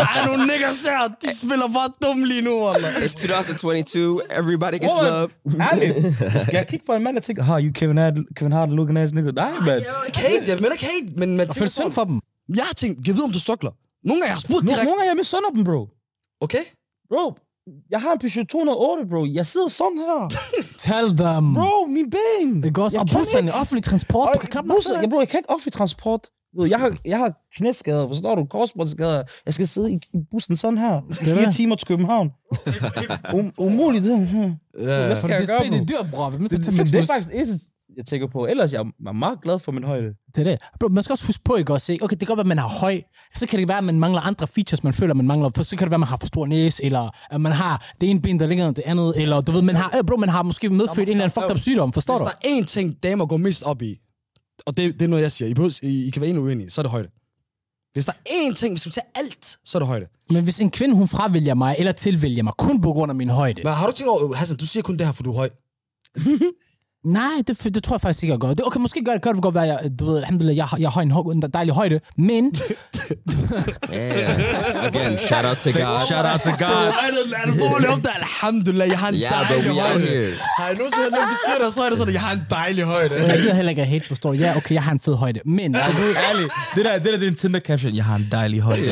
[SPEAKER 1] er nogle niggas her, de spiller bare dumme lige nu, Walla.
[SPEAKER 3] It's 2022. Everybody gets
[SPEAKER 4] Bro, man,
[SPEAKER 3] love.
[SPEAKER 4] Ærligt. Skal jeg kigge på en mand og tænke, har you Kevin Hart, Kevin Hart looking ass nigga? Nej, man.
[SPEAKER 1] Ikke hate, jeg mener ikke hate, men man
[SPEAKER 2] Jeg føler synd for dem.
[SPEAKER 1] jeg har tænkt, jeg ved, om du struggler. Nogle gange jeg har spurgt
[SPEAKER 4] Nu,
[SPEAKER 1] direkte,
[SPEAKER 4] nogle gange er jeg med sådan op, bro.
[SPEAKER 1] okay?
[SPEAKER 4] Bro, jeg har en Peugeot 208, bro. Jeg sidder sådan her.
[SPEAKER 2] Tell them.
[SPEAKER 4] Bro, min ben.
[SPEAKER 2] Det går også,
[SPEAKER 4] Jeg
[SPEAKER 2] og
[SPEAKER 4] kan
[SPEAKER 2] busserne,
[SPEAKER 4] ikke.
[SPEAKER 2] offentlig transport,
[SPEAKER 4] Og
[SPEAKER 2] du kan knap nok
[SPEAKER 4] busser, jeg, bro, jeg kan ikke offentlig transport. Du ved, Jeg har, jeg har knæskader, forstår du? Korsbåndsskader. Jeg skal sidde i, i bussen sådan her. I
[SPEAKER 2] er
[SPEAKER 4] fire
[SPEAKER 2] det.
[SPEAKER 4] timer til København. Um, umuligt. Det. Hmm. Hvad
[SPEAKER 1] Ja.
[SPEAKER 4] skal jeg
[SPEAKER 2] det
[SPEAKER 4] gøre,
[SPEAKER 2] er
[SPEAKER 4] bro?
[SPEAKER 2] det dyr, bror. Hvem
[SPEAKER 4] Det,
[SPEAKER 2] skal tage
[SPEAKER 4] men det er
[SPEAKER 2] flexbus?
[SPEAKER 4] faktisk det, eneste, jeg tænker på. Ellers jeg er jeg meget glad for min højde.
[SPEAKER 2] Det er det. Bro, man skal også huske på, ikke også? ikke? Okay, det kan godt være, at man har høj. Så kan det være, at man mangler andre features, man føler, man mangler. For så kan det være, at man har for stor næse, eller at man har det ene ben, der længere end det andet. Eller du ved, man har, øh, bro, man har måske medfødt en eller anden fucked up sygdom, forstår
[SPEAKER 1] Hvis
[SPEAKER 2] du?
[SPEAKER 1] der er én ting, damer går mest op i, og det, det er noget, jeg siger, I, behøver, I, I kan være endnu uenige, så er det højde. Hvis der er én ting, hvis vi skal tage alt, så er det højde.
[SPEAKER 2] Men hvis en kvinde, hun fravælger mig, eller tilvælger mig, kun på grund af min højde.
[SPEAKER 1] Men har du tænkt over, Hassan, du siger kun det her, for du er høj.
[SPEAKER 2] Nej, det, det tror jeg faktisk ikke, jeg gør. Det, okay, måske gør det, gør det godt være, jeg, du ved, alhamdulillah, jeg, har- jeg har en, høj, en dejlig højde, men
[SPEAKER 3] Yeah. Again, shout out to God.
[SPEAKER 4] Shout out to God.
[SPEAKER 1] Ej, det er alvorligt op der. Alhamdulillah, jeg har en
[SPEAKER 3] Ja,
[SPEAKER 1] dejlig
[SPEAKER 3] bro, we out
[SPEAKER 1] højde.
[SPEAKER 3] here.
[SPEAKER 1] Har jeg nogensinde hørt nogen beskrive dig, så er det sådan, jeg har en dejlig højde.
[SPEAKER 2] jeg gider heller ikke at hate, forstår du? Ja, okay, jeg har en fed højde, men...
[SPEAKER 4] Ærligt, det der, det der det er en Tinder-caption. Jeg har en dejlig højde.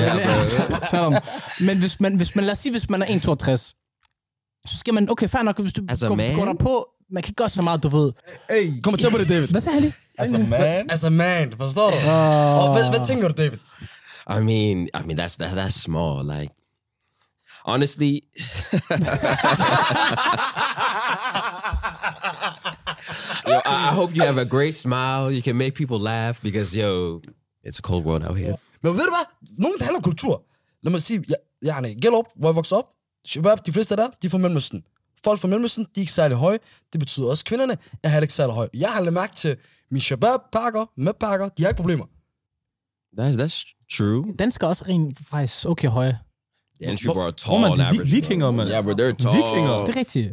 [SPEAKER 2] Selvom, men hvis man, hvis man, lad os sige, hvis man er 1,62, så skal man, okay, fair nok, hvis du
[SPEAKER 3] As a
[SPEAKER 2] går,
[SPEAKER 3] man?
[SPEAKER 2] går der på, man kan ikke gøre så meget, du ved.
[SPEAKER 4] Hey.
[SPEAKER 1] Kom og tæt på det, David.
[SPEAKER 2] Hvad sagde han lige?
[SPEAKER 4] Altså, man.
[SPEAKER 1] Ah. Altså, man, forstår du? Og hvad, hvad tænker du, David?
[SPEAKER 3] I mean, I mean that's that, that's small. Like honestly, yo, I, I hope you have a great smile. You can make people laugh because yo, it's a cold world out here.
[SPEAKER 1] Men ved du hvad? Nogen, der handler om kultur. Lad mig sige, jeg, jeg, Gellup, hvor jeg voksede op, Shabab, de fleste der, de er fra Mellemøsten. Folk fra Mellemøsten, de er ikke særlig høje. Det betyder også, at kvinderne er heller ikke særlig høje. Jeg har lagt mærke til mine Shabab-pakker, med pakker, de har ikke problemer.
[SPEAKER 3] That's that's true.
[SPEAKER 2] Danskere er også rent faktisk okay høje.
[SPEAKER 3] The entry
[SPEAKER 1] Bro-
[SPEAKER 3] bar are
[SPEAKER 4] Bro,
[SPEAKER 3] tall
[SPEAKER 4] man,
[SPEAKER 3] on
[SPEAKER 4] de vi-
[SPEAKER 3] average. bro.
[SPEAKER 4] vikinger, man.
[SPEAKER 3] Yeah, but they're tall.
[SPEAKER 4] Vikinger.
[SPEAKER 2] Det er rigtigt.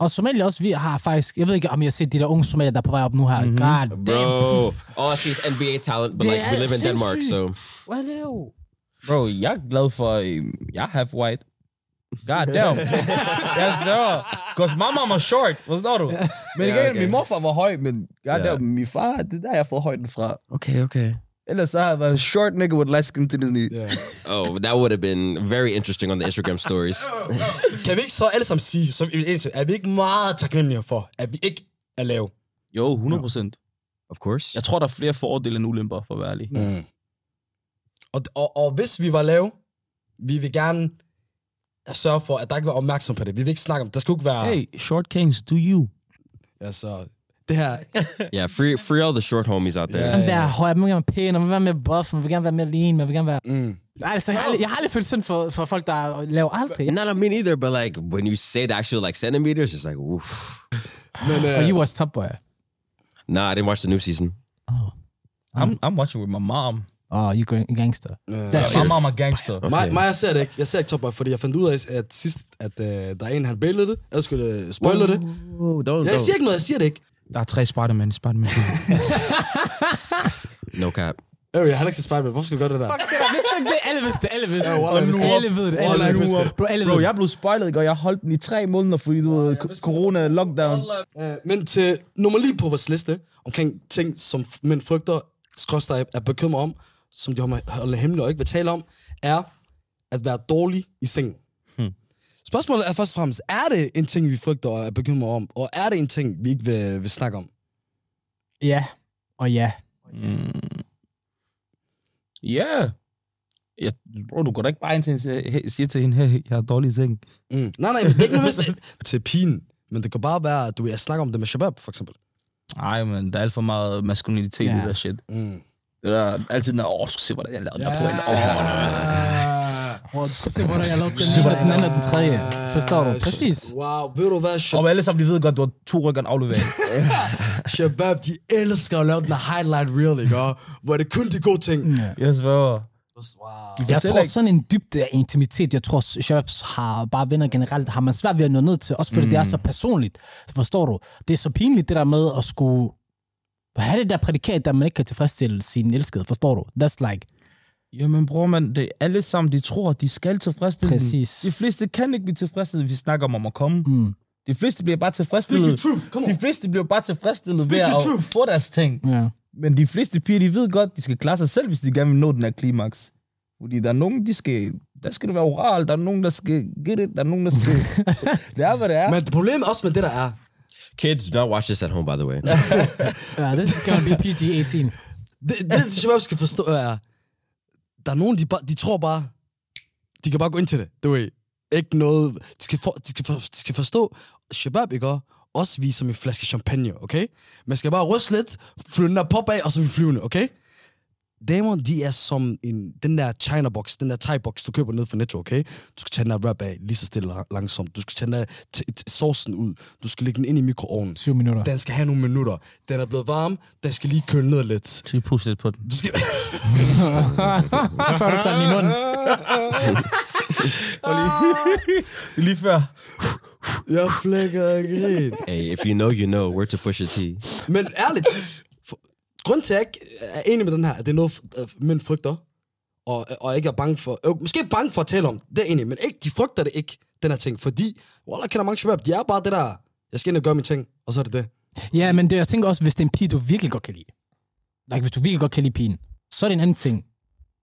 [SPEAKER 2] Og somalier også, vi har faktisk... Jeg ved ikke, om jeg har set de der unge somalier, der er på vej op nu her. Mm-hmm. God damn.
[SPEAKER 3] Bro, all I see is NBA talent, but like we
[SPEAKER 2] Yeah,
[SPEAKER 3] live in
[SPEAKER 2] since
[SPEAKER 3] Denmark,
[SPEAKER 2] you-
[SPEAKER 3] so
[SPEAKER 2] Hvad laver
[SPEAKER 4] Bro, jeg er glad for, øhm, jeg er half white. God damn. yes, no. Because my mama short. Forstår du? Men
[SPEAKER 3] Ja,
[SPEAKER 4] igen, yeah,
[SPEAKER 3] okay.
[SPEAKER 4] okay. min morfar var høj, men god
[SPEAKER 3] Ja.
[SPEAKER 4] yeah. damn, min far, det er der, jeg har fået højden fra.
[SPEAKER 3] okay, okay.
[SPEAKER 4] Ellers så har jeg været en short nigga with light skin to the knees.
[SPEAKER 1] Ja.
[SPEAKER 4] Yeah.
[SPEAKER 3] Oh, that would have been very interesting on the Instagram stories.
[SPEAKER 1] Kan vi ikke så alle sammen sige, som en eneste, er vi ikke meget taknemmelige for, at vi ikke er lave?
[SPEAKER 4] Jo, 100 procent.
[SPEAKER 3] Of course.
[SPEAKER 4] Jeg tror, der er flere fordele end ulemper, for at være ærlig.
[SPEAKER 1] Mm. Og, og, og hvis vi var lave, vi vil gerne sørge for, at der ikke var opmærksom på det. Vi vil ikke snakke om det. Der skulle ikke være...
[SPEAKER 4] Hey, short kings, do you?
[SPEAKER 1] Altså, det her...
[SPEAKER 3] Yeah, free free all the short homies out there.
[SPEAKER 2] Man vil være høj, man vil gerne være pæn, og man vil være mere buff, man vil gerne være mere lean, man vil gerne være...
[SPEAKER 1] Mm.
[SPEAKER 2] Nej, altså, jeg, har aldrig, jeg har aldrig følt synd for, for folk, der laver aldrig.
[SPEAKER 3] Not on me either, but like when you say the actual like centimeters, it's like oof.
[SPEAKER 1] Men,
[SPEAKER 2] Og
[SPEAKER 1] øh,
[SPEAKER 2] you was top boy.
[SPEAKER 3] Nah, I didn't watch the new season.
[SPEAKER 4] I'm, I'm watching with my mom.
[SPEAKER 2] Oh, you gang- gangster.
[SPEAKER 1] øh,
[SPEAKER 2] That's
[SPEAKER 4] My
[SPEAKER 2] shit.
[SPEAKER 4] mom er gangster.
[SPEAKER 1] Mig, mig, jeg ser det ikke. Jeg ser ikke Top Boy, fordi jeg fandt ud af, at sidst, at øh, der er en, han bælede det. Jeg skulle øh, spoilere det.
[SPEAKER 3] Oh, don't,
[SPEAKER 1] Ja, jeg siger ikke noget, jeg siger det ikke.
[SPEAKER 4] Der er tre Spider-Man i Spider-Man.
[SPEAKER 3] No cap.
[SPEAKER 1] Øh, jeg har ikke set Spider-Man. Hvorfor skal du gøre det der?
[SPEAKER 2] Jeg vidste ikke det. Alle vidste det. Alle vidste det.
[SPEAKER 1] Ja, wallah, jeg vidste det.
[SPEAKER 2] Alle ved det. Alle
[SPEAKER 1] Wallah, jeg
[SPEAKER 2] ved
[SPEAKER 1] vidste
[SPEAKER 2] det.
[SPEAKER 1] det.
[SPEAKER 2] Bro, alle ved
[SPEAKER 4] Bro,
[SPEAKER 2] det.
[SPEAKER 4] jeg blev spoilet, ikke? og jeg holdt den i tre måneder, fordi du ved, co- corona, lockdown.
[SPEAKER 1] Øh, men til nummer lige på vores liste, omkring ting, som f- mænd frygter, skråstrej er bekymret om, som de holder- holder hemmeligt og ikke vil tale om, er at være dårlig i sengen.
[SPEAKER 4] Hmm.
[SPEAKER 1] Spørgsmålet er først og fremmest, er det en ting, vi frygter og er bekymret om, og er det en ting, vi ikke vil, vil snakke om?
[SPEAKER 2] Ja. Og ja.
[SPEAKER 4] Mm. Yeah. Ja, bro, du går da ikke bare ind til hende og siger- siger til hende, hey, jeg har dårlig seng.
[SPEAKER 1] Mm. Nej, nej, men det er ikke nødvendigvis til pigen, men det kan bare være, at du jeg snakker om det med Shabab, for eksempel.
[SPEAKER 4] Nej, men der er alt for meget maskulinitet i
[SPEAKER 2] Ja.
[SPEAKER 4] det der shit.
[SPEAKER 1] Mm.
[SPEAKER 4] Det der er altid den der, åh, du skal se, hvordan jeg lavede yeah. der på hende. Åh,
[SPEAKER 2] Bro, du skulle se, hvordan jeg lavede den ene, den anden og den tredje. Forstår du? Præcis.
[SPEAKER 1] Ah. Wow, ved du hvad, Shabab,
[SPEAKER 4] Og alle sammen, de ved godt, du har to rykker en aflevering.
[SPEAKER 1] Shabab de elsker at lave den her highlight reel, ikke? Og Hvor det kun de gode ting.
[SPEAKER 2] Ja.
[SPEAKER 4] jeg sværger.
[SPEAKER 1] Wow.
[SPEAKER 2] Jeg
[SPEAKER 4] Fortæl
[SPEAKER 2] tror,
[SPEAKER 4] ikke.
[SPEAKER 2] sådan en dybde af intimitet, jeg tror, shababs har bare venner generelt, har man svært ved at nå ned til, også fordi mm. det er så personligt. Så forstår du? Det er så pinligt, det der med at skulle have det der prædikat, der man ikke kan tilfredsstille sin elskede, forstår du? That's like,
[SPEAKER 4] Jamen, bror, man, det er alle sammen, de tror, de skal tilfredsstille dem.
[SPEAKER 2] Præcis.
[SPEAKER 4] De fleste kan ikke blive tilfredsstille, vi snakker om, om at komme.
[SPEAKER 2] Mm.
[SPEAKER 4] De fleste bliver bare
[SPEAKER 1] Speaking
[SPEAKER 4] tilfredsstille.
[SPEAKER 1] truth, come
[SPEAKER 4] De
[SPEAKER 1] on.
[SPEAKER 4] fleste bliver bare tilfredsstille ved
[SPEAKER 1] Speak the
[SPEAKER 4] at
[SPEAKER 1] truth.
[SPEAKER 4] få deres ting.
[SPEAKER 2] ja.
[SPEAKER 4] Men de fleste piger, de ved godt, de skal klare sig selv, hvis de gerne vil nå den her klimaks. Fordi der er nogen, de skal... Der skal det være oral, der er nogen, der skal get it, der er nogen, der skal... det er, hvad det er.
[SPEAKER 1] Men problemet også med det, der er,
[SPEAKER 3] Kids, do not watch this at home, by the way.
[SPEAKER 2] Yeah, this is gonna be PG-18.
[SPEAKER 1] det, det Shabab skal forstå, er, der er nogen, de, bare, de tror bare, de kan bare gå ind til det, du ved. Ikke noget, de skal, for, de skal, for, de skal forstå, Shabab, ikke også? også vi som en flaske champagne, okay? Man skal bare ryste lidt, flytte den der pop af, og så er vi flyvende, okay? Damer, de er som en, den der China-box, den der Thai-box, du køber ned fra Netto, okay? Du skal tage den der wrap af lige så stille og langsomt. Du skal tage den der t- t- saucen ud. Du skal lægge den ind i mikroovnen.
[SPEAKER 2] 20 minutter.
[SPEAKER 1] Den skal have nogle minutter. Den er blevet varm. Den skal lige køle ned lidt.
[SPEAKER 4] Skal vi pusse lidt på den?
[SPEAKER 1] Du skal...
[SPEAKER 2] Før du tager den i munden.
[SPEAKER 4] Lige før.
[SPEAKER 1] Jeg flækker af grin.
[SPEAKER 3] hey, if you know, you know where to push a T.
[SPEAKER 1] Men ærligt, for, grunden til, at jeg ikke er enig med den her, at det er noget, f- øh, mænd frygter, og, og ikke er bange for... Øh, måske bange for at tale om, det er jeg enig, i, men ikke, de frygter det ikke, den her ting, fordi, wallah, kender mange shabab, de er bare det der, jeg skal ind og gøre mine ting, og så er det det.
[SPEAKER 2] Ja, men det, jeg tænker også, hvis det er en pige, du virkelig godt kan lide. Like, hvis du virkelig godt kan lide pigen, så er det en anden ting.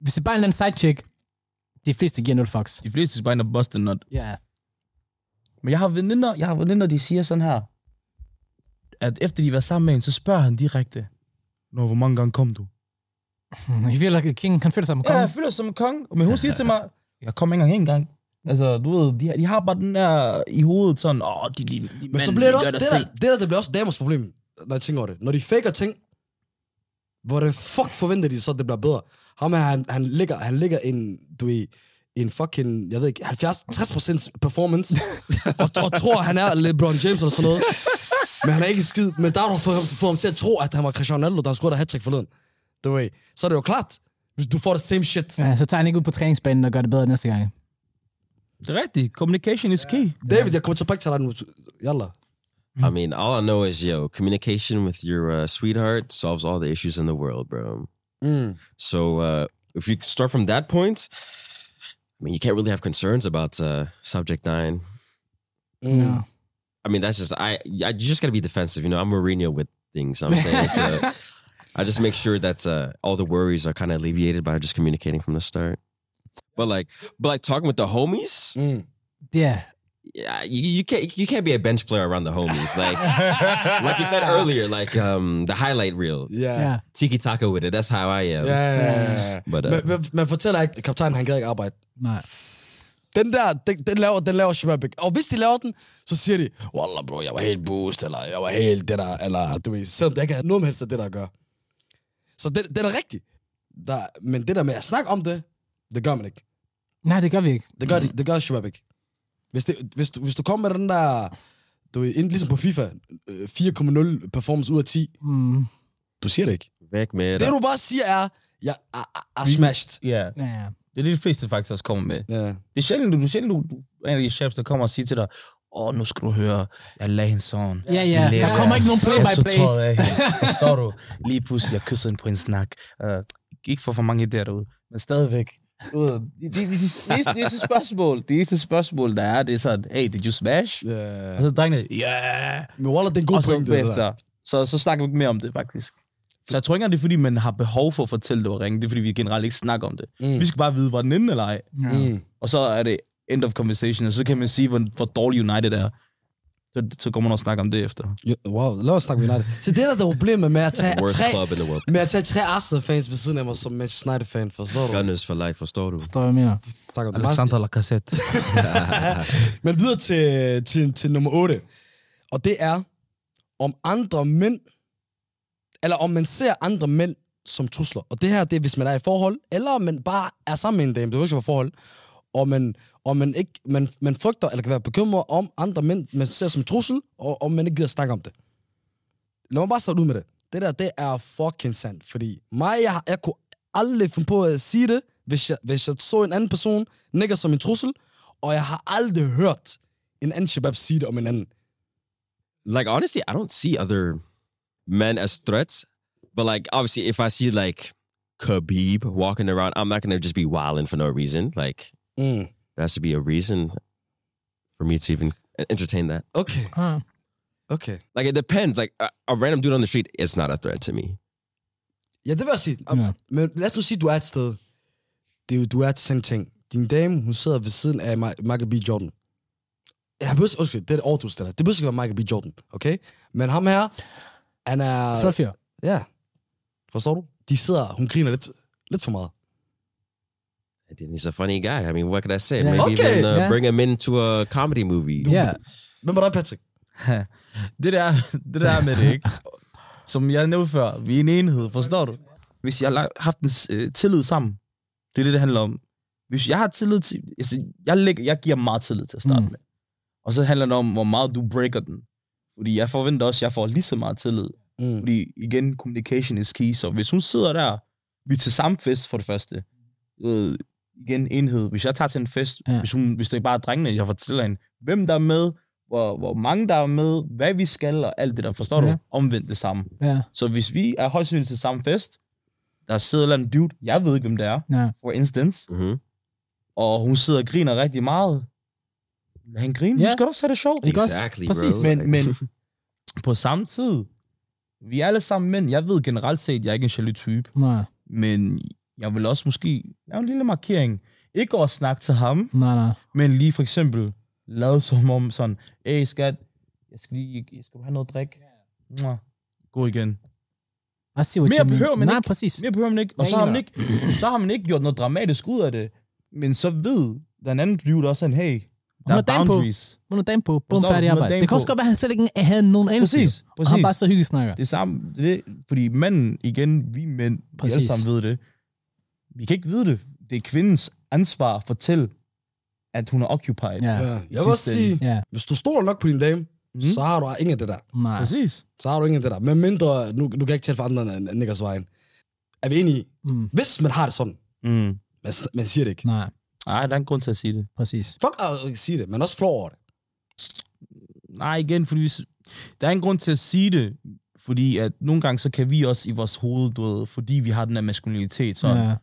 [SPEAKER 2] Hvis det er bare en eller anden sidechick, de fleste giver 0 fucks.
[SPEAKER 4] De fleste skal bare ind og buste nut.
[SPEAKER 2] Ja.
[SPEAKER 4] Men jeg har veninder, jeg har veninder, de siger sådan her, at efter de var sammen med en, så spørger han direkte, Nå, hvor mange gange kom du?
[SPEAKER 2] Jeg føler, at King, han føler sig som
[SPEAKER 4] Ja,
[SPEAKER 2] konge.
[SPEAKER 4] jeg føler som en konge. Men hun siger til mig, jeg kom ikke engang hen engang. Altså, du ved, de, de har bare den der i hovedet sådan, åh, de, de, de
[SPEAKER 1] Men så bliver det også, det der, det der, det bliver også damers problem, når jeg tænker over det. Når de faker ting, hvordan fuck forventer de så, at det bliver bedre? Ham her, han, han ligger, han ligger en, du ved, en fucking, jeg ved ikke, 70-60% performance, og, og, tror, han er LeBron James eller sådan noget. Men han er ikke en skid. Men der har du fået ham, fået ham til at tro, at han var Cristiano Ronaldo, der han scorede hat forleden. Du ved, så er det jo klart, hvis du får det same shit.
[SPEAKER 2] Ja, så tager han ikke ud på træningsbanen og gør det bedre næste gang.
[SPEAKER 4] Det er rigtigt. Communication is key.
[SPEAKER 1] David, jeg kommer tilbage til dig nu. Jalla.
[SPEAKER 3] I mean, all I know is, yo, communication with your uh, sweetheart solves all the issues in the world, bro.
[SPEAKER 1] Mm.
[SPEAKER 3] So uh, if you start from that point, I mean, you can't really have concerns about uh, subject nine.
[SPEAKER 1] Mm.
[SPEAKER 2] Ja.
[SPEAKER 3] I mean, that's just I. I you just gotta be defensive. You know, I'm Mourinho with things. I'm saying so. I just make sure that uh, all the worries are kind of alleviated by just communicating from the start. But like, but like talking with the homies,
[SPEAKER 1] Mm.
[SPEAKER 2] Ja.
[SPEAKER 3] yeah, you, you can't you can't be a bench player around the homies. Like, like you said earlier, like um, the highlight reel,
[SPEAKER 1] Yeah.
[SPEAKER 2] Ja.
[SPEAKER 3] tiki taka with it. That's how I am.
[SPEAKER 1] Ja, ja, ja, ja.
[SPEAKER 3] But uh,
[SPEAKER 1] Men, men, man fortæller ikke, at kaptajnen han gad ikke arbejde.
[SPEAKER 2] Nej.
[SPEAKER 1] Den der, den, den laver, den laver Shabab ikke. Og hvis de laver den, så siger de, Wallah bro, jeg var helt boost, eller jeg var helt det der, eller du ved, selvom det ikke har noget med helst af det, der gør. Så den, den er rigtig. Der, men det der med at snakke om det, det gør man ikke.
[SPEAKER 2] Nej, det gør vi ikke.
[SPEAKER 1] Det gør, mm. de, det gør Shabab ikke. Hvis, det, hvis, du, hvis du kommer med den der, du ved, ind- ligesom på FIFA, øh, 4,0 performance ud af 10,
[SPEAKER 2] Mm.
[SPEAKER 1] du siger det ikke.
[SPEAKER 3] back man.
[SPEAKER 1] Det du bare siger er, jeg er, er, er smashed.
[SPEAKER 4] Ja, yeah.
[SPEAKER 2] Ja, ja.
[SPEAKER 4] det er det, de fleste faktisk også kommer med.
[SPEAKER 1] Ja.
[SPEAKER 4] Det er sjældent, du, du, sjældent, du, du er en af de chefs, der kommer og siger til dig, åh, nu skal du høre, jeg lagde hendes sådan.
[SPEAKER 2] Ja, ja. Der kommer ikke nogen play-by-play.
[SPEAKER 4] Jeg tog tøjet af hende. Forstår du? Lige pludselig, jeg kyssede hende på en snak. Uh, ikke for for mange idéer derude, men stadigvæk. Du ved, Det det- det- det- det- det eneste spørgsmål, det eneste spørgsmål, der er, det er sådan, hey, did you smash? Og
[SPEAKER 1] Yeah.
[SPEAKER 4] så drengene, ja!
[SPEAKER 1] Øh, Men Wallah, det er en god
[SPEAKER 4] Og så
[SPEAKER 1] pointe. det der.
[SPEAKER 4] bagefter, så, så snakker vi ikke mere om det, faktisk. Så jeg tror ikke engang, det er, fordi man har behov for at fortælle det over ringen. Det er, fordi vi generelt ikke snakker om det.
[SPEAKER 1] Mm.
[SPEAKER 4] Vi skal bare vide, var den inde eller ej.
[SPEAKER 2] Ja.
[SPEAKER 1] Mm.
[SPEAKER 4] Og så er det end of conversation, og så kan man sige, hvor, hvor dårlig United er. Så, så kommer man og snakker om det efter.
[SPEAKER 1] Ja, Wow, lad os snakke med United. Så det der er problemet med at tage
[SPEAKER 3] Worst
[SPEAKER 1] tre,
[SPEAKER 3] club in the world.
[SPEAKER 1] med at tage tre Arsenal-fans ved siden af mig som Manchester United-fan, forstår du?
[SPEAKER 3] Gunners for life, forstår du?
[SPEAKER 2] Står jeg mere.
[SPEAKER 1] Tak om det.
[SPEAKER 4] Alexander Lacazette.
[SPEAKER 1] Men videre til, til, til nummer 8. Og det er, om andre mænd, eller om man ser andre mænd som trusler. Og det her, det er, hvis man er i forhold, eller om man bare er sammen med en dame, det er jo ikke være forhold, og man, og man, ikke, man, man frygter, eller kan være bekymret om andre mænd, man ser som trussel, og om man ikke gider snakke om det. Lad mig bare starte ud med det. Det der, det er fucking sandt, fordi mig, jeg, har- jeg kunne aldrig finde på at sige det, hvis jeg, hvis jeg så en anden person nikker som en trussel, og jeg har aldrig hørt en anden shabab sige det om en anden.
[SPEAKER 3] like honestly, I don't see other men as threats. But like obviously, if I see like Khabib walking around, I'm not gonna just be wilding for no reason. Like
[SPEAKER 1] Mm.
[SPEAKER 3] there has to be a reason for me to even entertain that.
[SPEAKER 1] Okay,
[SPEAKER 2] Ah.
[SPEAKER 1] okay.
[SPEAKER 3] Like it depends. Like a, a random dude on the street is not a threat to me.
[SPEAKER 1] Ja, det vil jeg
[SPEAKER 4] ah,
[SPEAKER 1] sige.
[SPEAKER 4] Mm.
[SPEAKER 2] Ja.
[SPEAKER 1] Men lad os nu sige, at du er et sted. Det er jo, du er til sådan ting. Din dame, hun sidder ved siden af Ma- Michael B. Jordan. Ja, han behøver, undskyld, det er et overdosis, det der. Det behøver ikke være Michael B. Jordan, okay? Men ham her, han er...
[SPEAKER 2] Flot fyr.
[SPEAKER 1] Ja. Forstår du? De sidder, hun griner lidt, lidt for meget.
[SPEAKER 3] I think he's a funny guy. I mean, what could I say?
[SPEAKER 2] Yeah.
[SPEAKER 3] Maybe
[SPEAKER 1] Okay.
[SPEAKER 3] even uh,
[SPEAKER 2] Yeah.
[SPEAKER 3] bring him into a comedy movie.
[SPEAKER 2] Ja.
[SPEAKER 1] Hvem var der, Patrick?
[SPEAKER 4] det, der, det der med det, ikke? Som jeg nævnte før, vi er en enhed, forstår du? Hvis jeg har lagt- haft en s- øh, tillid sammen, det er det, det handler om. Hvis jeg har tillid til... Altså, jeg, lægger, jeg giver meget tillid til at starte
[SPEAKER 2] Mm.
[SPEAKER 4] mm. med. Og så handler det om, hvor meget du breaker den. Fordi jeg forventer også, at jeg får lige så meget tillid.
[SPEAKER 1] Mm.
[SPEAKER 4] Fordi igen, communication is key. Så hvis hun sidder der, vi er til samme fest for det første. Øh, igen, enhed. Hvis jeg tager til en fest,
[SPEAKER 2] Ja.
[SPEAKER 4] ja. hvis, hun, hvis det er bare er drengene, jeg fortæller hende, hvem der er med, hvor, hvor mange der er med, hvad vi skal og alt det der, forstår
[SPEAKER 2] Ja.
[SPEAKER 4] du? Omvendt det samme.
[SPEAKER 2] Ja.
[SPEAKER 4] Så hvis vi er højst sandsynligt til samme fest, der sidder en eller anden dude, jeg ved ikke, hvem det er,
[SPEAKER 2] Ja.
[SPEAKER 4] for instance,
[SPEAKER 3] hmm
[SPEAKER 4] og hun sidder og griner rigtig meget. Lad hende grine.
[SPEAKER 2] Ja.
[SPEAKER 4] Ja. Du skal også have det sjovt.
[SPEAKER 2] Ikke også?
[SPEAKER 3] Exactly,
[SPEAKER 2] Præcis.
[SPEAKER 3] bro.
[SPEAKER 4] Men,
[SPEAKER 3] Like-
[SPEAKER 4] men på samme tid, vi er alle sammen mænd. Jeg ved generelt set, at jeg er ikke en jaloux type,
[SPEAKER 2] Nej.
[SPEAKER 4] men jeg vil også måske lave en lille markering. Ikke over at snakke til ham,
[SPEAKER 2] Nej, nej.
[SPEAKER 4] men lige for eksempel lade som om sådan, hey skat, jeg skal lige, skal du have noget drik? Mwah. Gå igen.
[SPEAKER 2] I see what
[SPEAKER 4] Mere
[SPEAKER 2] you mean.
[SPEAKER 4] behøver man
[SPEAKER 2] Nej,
[SPEAKER 4] ikke.
[SPEAKER 2] præcis.
[SPEAKER 4] Mere behøver man ikke. Og
[SPEAKER 2] Jeg
[SPEAKER 4] så har
[SPEAKER 2] enig
[SPEAKER 4] man ikke, så har man ikke gjort noget dramatisk ud af det. Men så ved den anden dude også sådan, hey, der
[SPEAKER 2] har
[SPEAKER 4] er
[SPEAKER 2] dagen på.
[SPEAKER 4] boundaries.
[SPEAKER 2] Hun er dame på. Bum,
[SPEAKER 4] Forstår du?
[SPEAKER 2] færdig
[SPEAKER 4] Hun er
[SPEAKER 2] arbejde.
[SPEAKER 4] dame
[SPEAKER 2] Det kan også
[SPEAKER 4] på.
[SPEAKER 2] godt være, at han slet ikke havde nogen anelse.
[SPEAKER 4] Præcis,
[SPEAKER 2] Og han
[SPEAKER 4] præcis.
[SPEAKER 2] bare så hyggeligt snakker.
[SPEAKER 4] Det er samme, det, er det, fordi manden, igen, vi mænd, Præcis. vi
[SPEAKER 2] Præcis.
[SPEAKER 4] alle sammen ved det. Vi kan ikke vide det. Det er kvindens ansvar at fortælle, at hun er occupied.
[SPEAKER 2] Ja.
[SPEAKER 1] Ja. Jeg vil også
[SPEAKER 4] Sidste
[SPEAKER 1] sige,
[SPEAKER 4] ende.
[SPEAKER 2] Ja.
[SPEAKER 1] hvis du stoler nok på din dame, mm. så har du ingen af det der.
[SPEAKER 2] Nej.
[SPEAKER 4] Præcis.
[SPEAKER 1] Så har du ingen af det der. Men mindre, nu, nu kan jeg ikke tale for andre end end Nickers vejen. Er vi enige i?
[SPEAKER 2] Mm.
[SPEAKER 1] Hvis man har det sådan,
[SPEAKER 4] Mm.
[SPEAKER 1] man, sn- man siger det ikke.
[SPEAKER 2] Nej,
[SPEAKER 4] Nej, der er en grund til at sige det.
[SPEAKER 2] præcis.
[SPEAKER 1] Fuck at ikke sige det, men også flår over det.
[SPEAKER 4] Nej, igen, fordi hvis, der er en grund til at sige det, fordi at nogle gange, så kan vi også i vores hoved, du ved, fordi vi har den her maskulinitet, så, åh,
[SPEAKER 2] Ja,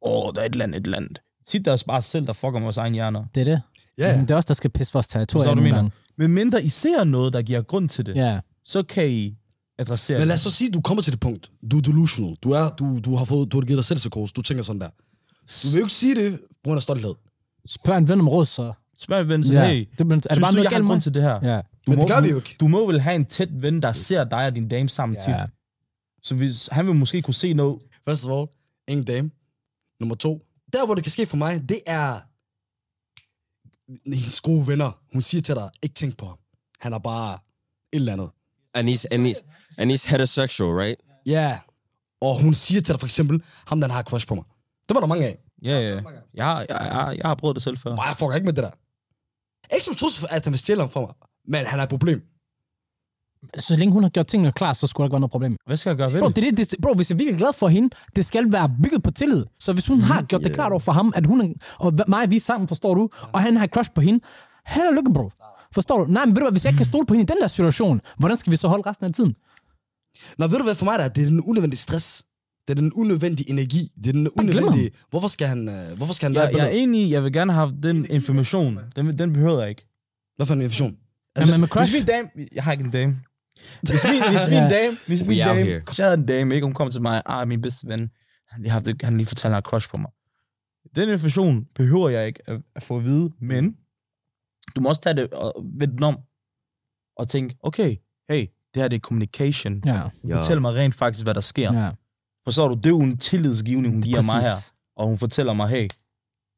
[SPEAKER 4] oh, der er et eller andet, et eller andet. Tit der er os bare selv, der fucker med vores egen hjerner.
[SPEAKER 2] det er det.
[SPEAKER 1] Ja,
[SPEAKER 2] Men
[SPEAKER 1] ja.
[SPEAKER 4] Mm,
[SPEAKER 2] det er også der skal pisse vores territorium
[SPEAKER 4] Forstår du,
[SPEAKER 2] nogle
[SPEAKER 4] mener?
[SPEAKER 2] gange.
[SPEAKER 4] Men mindre I ser noget, der giver grund til det,
[SPEAKER 2] Ja,
[SPEAKER 4] så kan I adressere
[SPEAKER 1] Men lad
[SPEAKER 4] det.
[SPEAKER 1] os så sige, at du kommer til det punkt. Du er delusional. Du, er, du, du har fået, du har givet dig selv psykose. Du tænker sådan der. Du vil jo ikke sige det på grund af stolthed.
[SPEAKER 2] spørg en ven om råd, så.
[SPEAKER 4] Spørg en ven, så,
[SPEAKER 2] Ja.
[SPEAKER 4] hey,
[SPEAKER 2] Det, men, er det
[SPEAKER 4] synes
[SPEAKER 2] bare
[SPEAKER 4] du,
[SPEAKER 2] noget
[SPEAKER 4] jeg har
[SPEAKER 2] galt
[SPEAKER 4] en
[SPEAKER 2] med?
[SPEAKER 4] grund til det her?
[SPEAKER 2] Ja,
[SPEAKER 4] Du
[SPEAKER 1] Men
[SPEAKER 4] må,
[SPEAKER 1] det gør vi
[SPEAKER 4] du-
[SPEAKER 1] jo ikke.
[SPEAKER 4] Du må vel have en tæt ven, der ser dig og din dame sammen
[SPEAKER 2] Ja.
[SPEAKER 4] ja. tit. Så hvis, han vil måske kunne se noget.
[SPEAKER 1] First of all, ingen dame. Nummer to. Der, hvor det kan ske for mig, det er hendes gode venner. Hun siger til dig, ikke tænk på ham. Han er bare et eller andet.
[SPEAKER 3] And he's and he's and he's heterosexual, right?
[SPEAKER 1] Ja. Yeah. Og hun siger til dig for eksempel, ham den har et crush på mig. Det var der mange af.
[SPEAKER 4] Ja, ja. Jeg, har- jeg, jeg, jeg har prøvet det selv før.
[SPEAKER 1] Og jeg fucker ikke med det der. Ikke som trussel, at han vil stjæle ham fra mig. Men han er et problem.
[SPEAKER 2] Så længe hun har gjort tingene klar, så skulle der ikke være noget problem.
[SPEAKER 4] Hvad skal jeg gøre ved
[SPEAKER 2] Bro,
[SPEAKER 4] det?
[SPEAKER 2] det, er det, det, bro, hvis jeg er virkelig glad for hende, det skal være bygget på tillid. Så hvis
[SPEAKER 4] Mhm.
[SPEAKER 2] hun har gjort yeah. det klart over for ham, at hun er, og hva- mig og vi er sammen, forstår du, og han har et crush på hende, held og lykke, bro. Forstår du? Nej, men ved du hvad, hvis jeg ikke kan stole på hende i den der situation, hvordan skal vi så holde resten af tiden?
[SPEAKER 1] Nå, ved du hvad for mig der er? Det er den unødvendige stress. Det er den unødvendige energi. Det er den
[SPEAKER 2] glemmer
[SPEAKER 1] unødvendige... Hvorfor skal han, øh, hvorfor skal han være
[SPEAKER 4] Jeg,
[SPEAKER 1] i
[SPEAKER 4] jeg
[SPEAKER 1] billedet?
[SPEAKER 4] er enig, i, jeg vil gerne have haft den information. Den, den behøver jeg ikke.
[SPEAKER 1] Hvad for en information?
[SPEAKER 2] Jamen, med crush,
[SPEAKER 4] Altså, Hvis min dame... Jeg har ikke en dame. Hvis min, hvis min
[SPEAKER 2] Ja.
[SPEAKER 4] dame... Hvis min
[SPEAKER 3] We out
[SPEAKER 4] dame
[SPEAKER 3] here.
[SPEAKER 4] hvis jeg havde en dame, ikke? Hun kom til mig. Ah, min bedste ven. Han lige, har haft, han lige fortalte, han har et crush på mig. Den information behøver jeg ikke at, at få at vide, men du må også tage det og vende den om og tænke, okay, hey, det her det er communication.
[SPEAKER 2] ja,
[SPEAKER 4] Hun
[SPEAKER 3] Ja.
[SPEAKER 4] fortæller mig rent faktisk, hvad der sker.
[SPEAKER 2] ja,
[SPEAKER 4] Forstår du? Det er jo en tillidsgivning, hun giver mig her.
[SPEAKER 2] præcis.
[SPEAKER 4] Og hun fortæller mig, hey,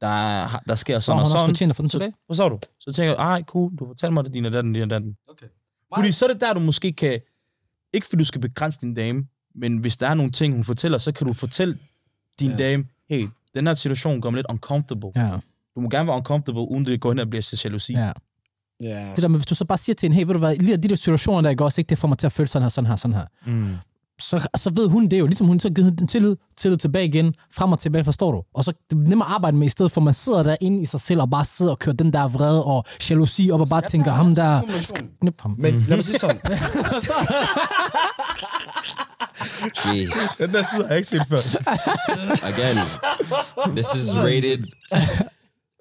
[SPEAKER 4] der, er- der sker
[SPEAKER 2] Så har
[SPEAKER 4] sådan
[SPEAKER 2] hun
[SPEAKER 4] og
[SPEAKER 2] også
[SPEAKER 4] sådan.
[SPEAKER 2] fortjent at få den tilbage.
[SPEAKER 4] Hvad så du? Så tænker jeg, ej, cool, du fortæller mig det, din og datten, din og datten.
[SPEAKER 1] Okay.
[SPEAKER 4] Fordi så er det der, du måske kan, ikke fordi du skal begrænse din dame, men hvis der er nogle ting, hun fortæller, så kan du fortælle din
[SPEAKER 1] Ja.
[SPEAKER 4] ja. dame, hey, den her situation gør mig lidt uncomfortable. Ja.
[SPEAKER 2] Ja,
[SPEAKER 4] Du må gerne være uncomfortable, uden det går hen og bliver til jalousi. Ja.
[SPEAKER 2] ja.
[SPEAKER 1] Ja.
[SPEAKER 2] Det der med, hvis du så bare siger til hende, hey, ved du hvad, lige de der situationer, der går også ikke, det får mig til at føle sådan her, sådan her, sådan her.
[SPEAKER 4] Mm.
[SPEAKER 2] så, så ved hun det jo. Ligesom hun så har givet den tillid, tillid tilbage igen, frem og tilbage, forstår du? Og så det er nemmere at arbejde med, i stedet for at man sidder derinde i sig selv og bare sidder og kører den der vrede og jalousi op og bare tænker, ham der, knip ham.
[SPEAKER 1] Men lad mig sige sådan.
[SPEAKER 3] Jeez.
[SPEAKER 4] Den der side har jeg ikke set før.
[SPEAKER 3] Again, this is rated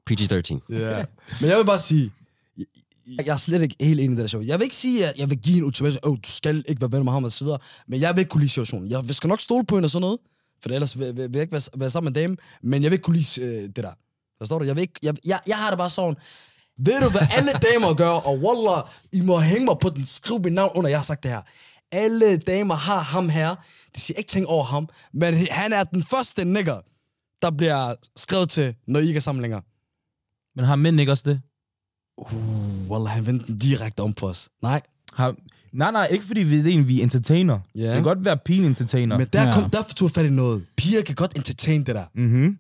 [SPEAKER 3] PG-13.
[SPEAKER 1] yeah. Men jeg vil bare sige, jeg- jeg er slet ikke helt enig i det der show. Jeg vil ikke sige, at jeg vil give en ultimatum, åh, oh, du skal ikke være ven med ham og så videre, men jeg vil ikke kunne lide situationen. Jeg skal nok stole på hende og sådan noget, for ellers vil, vil, vil jeg ikke være, være sammen med en dame, men jeg vil ikke kunne lide øh, det der. Forstår du? Jeg, vil ikke, jeg, jeg, jeg har det bare sådan, ved du, hvad alle damer gør, og wallah, I må hænge mig på den, skriv mit navn under, jeg har sagt det her. Alle damer har ham her, de siger ikke ting over ham, men han er den første nigger, der bliver skrevet til, når I ikke er sammen længere.
[SPEAKER 4] Men har mænd ikke også det?
[SPEAKER 1] Uh, wallah, han vendte den direkte om på os. Nej,
[SPEAKER 4] Har... Nej, nej, ikke fordi vi er en, vi er entertainer.
[SPEAKER 1] Ja.
[SPEAKER 4] Det kan godt være pin-entertainer.
[SPEAKER 1] men der,
[SPEAKER 2] Ja.
[SPEAKER 1] ja. kom, der tog jeg fat i noget. Piger kan godt entertain det der.
[SPEAKER 4] Mm-hmm.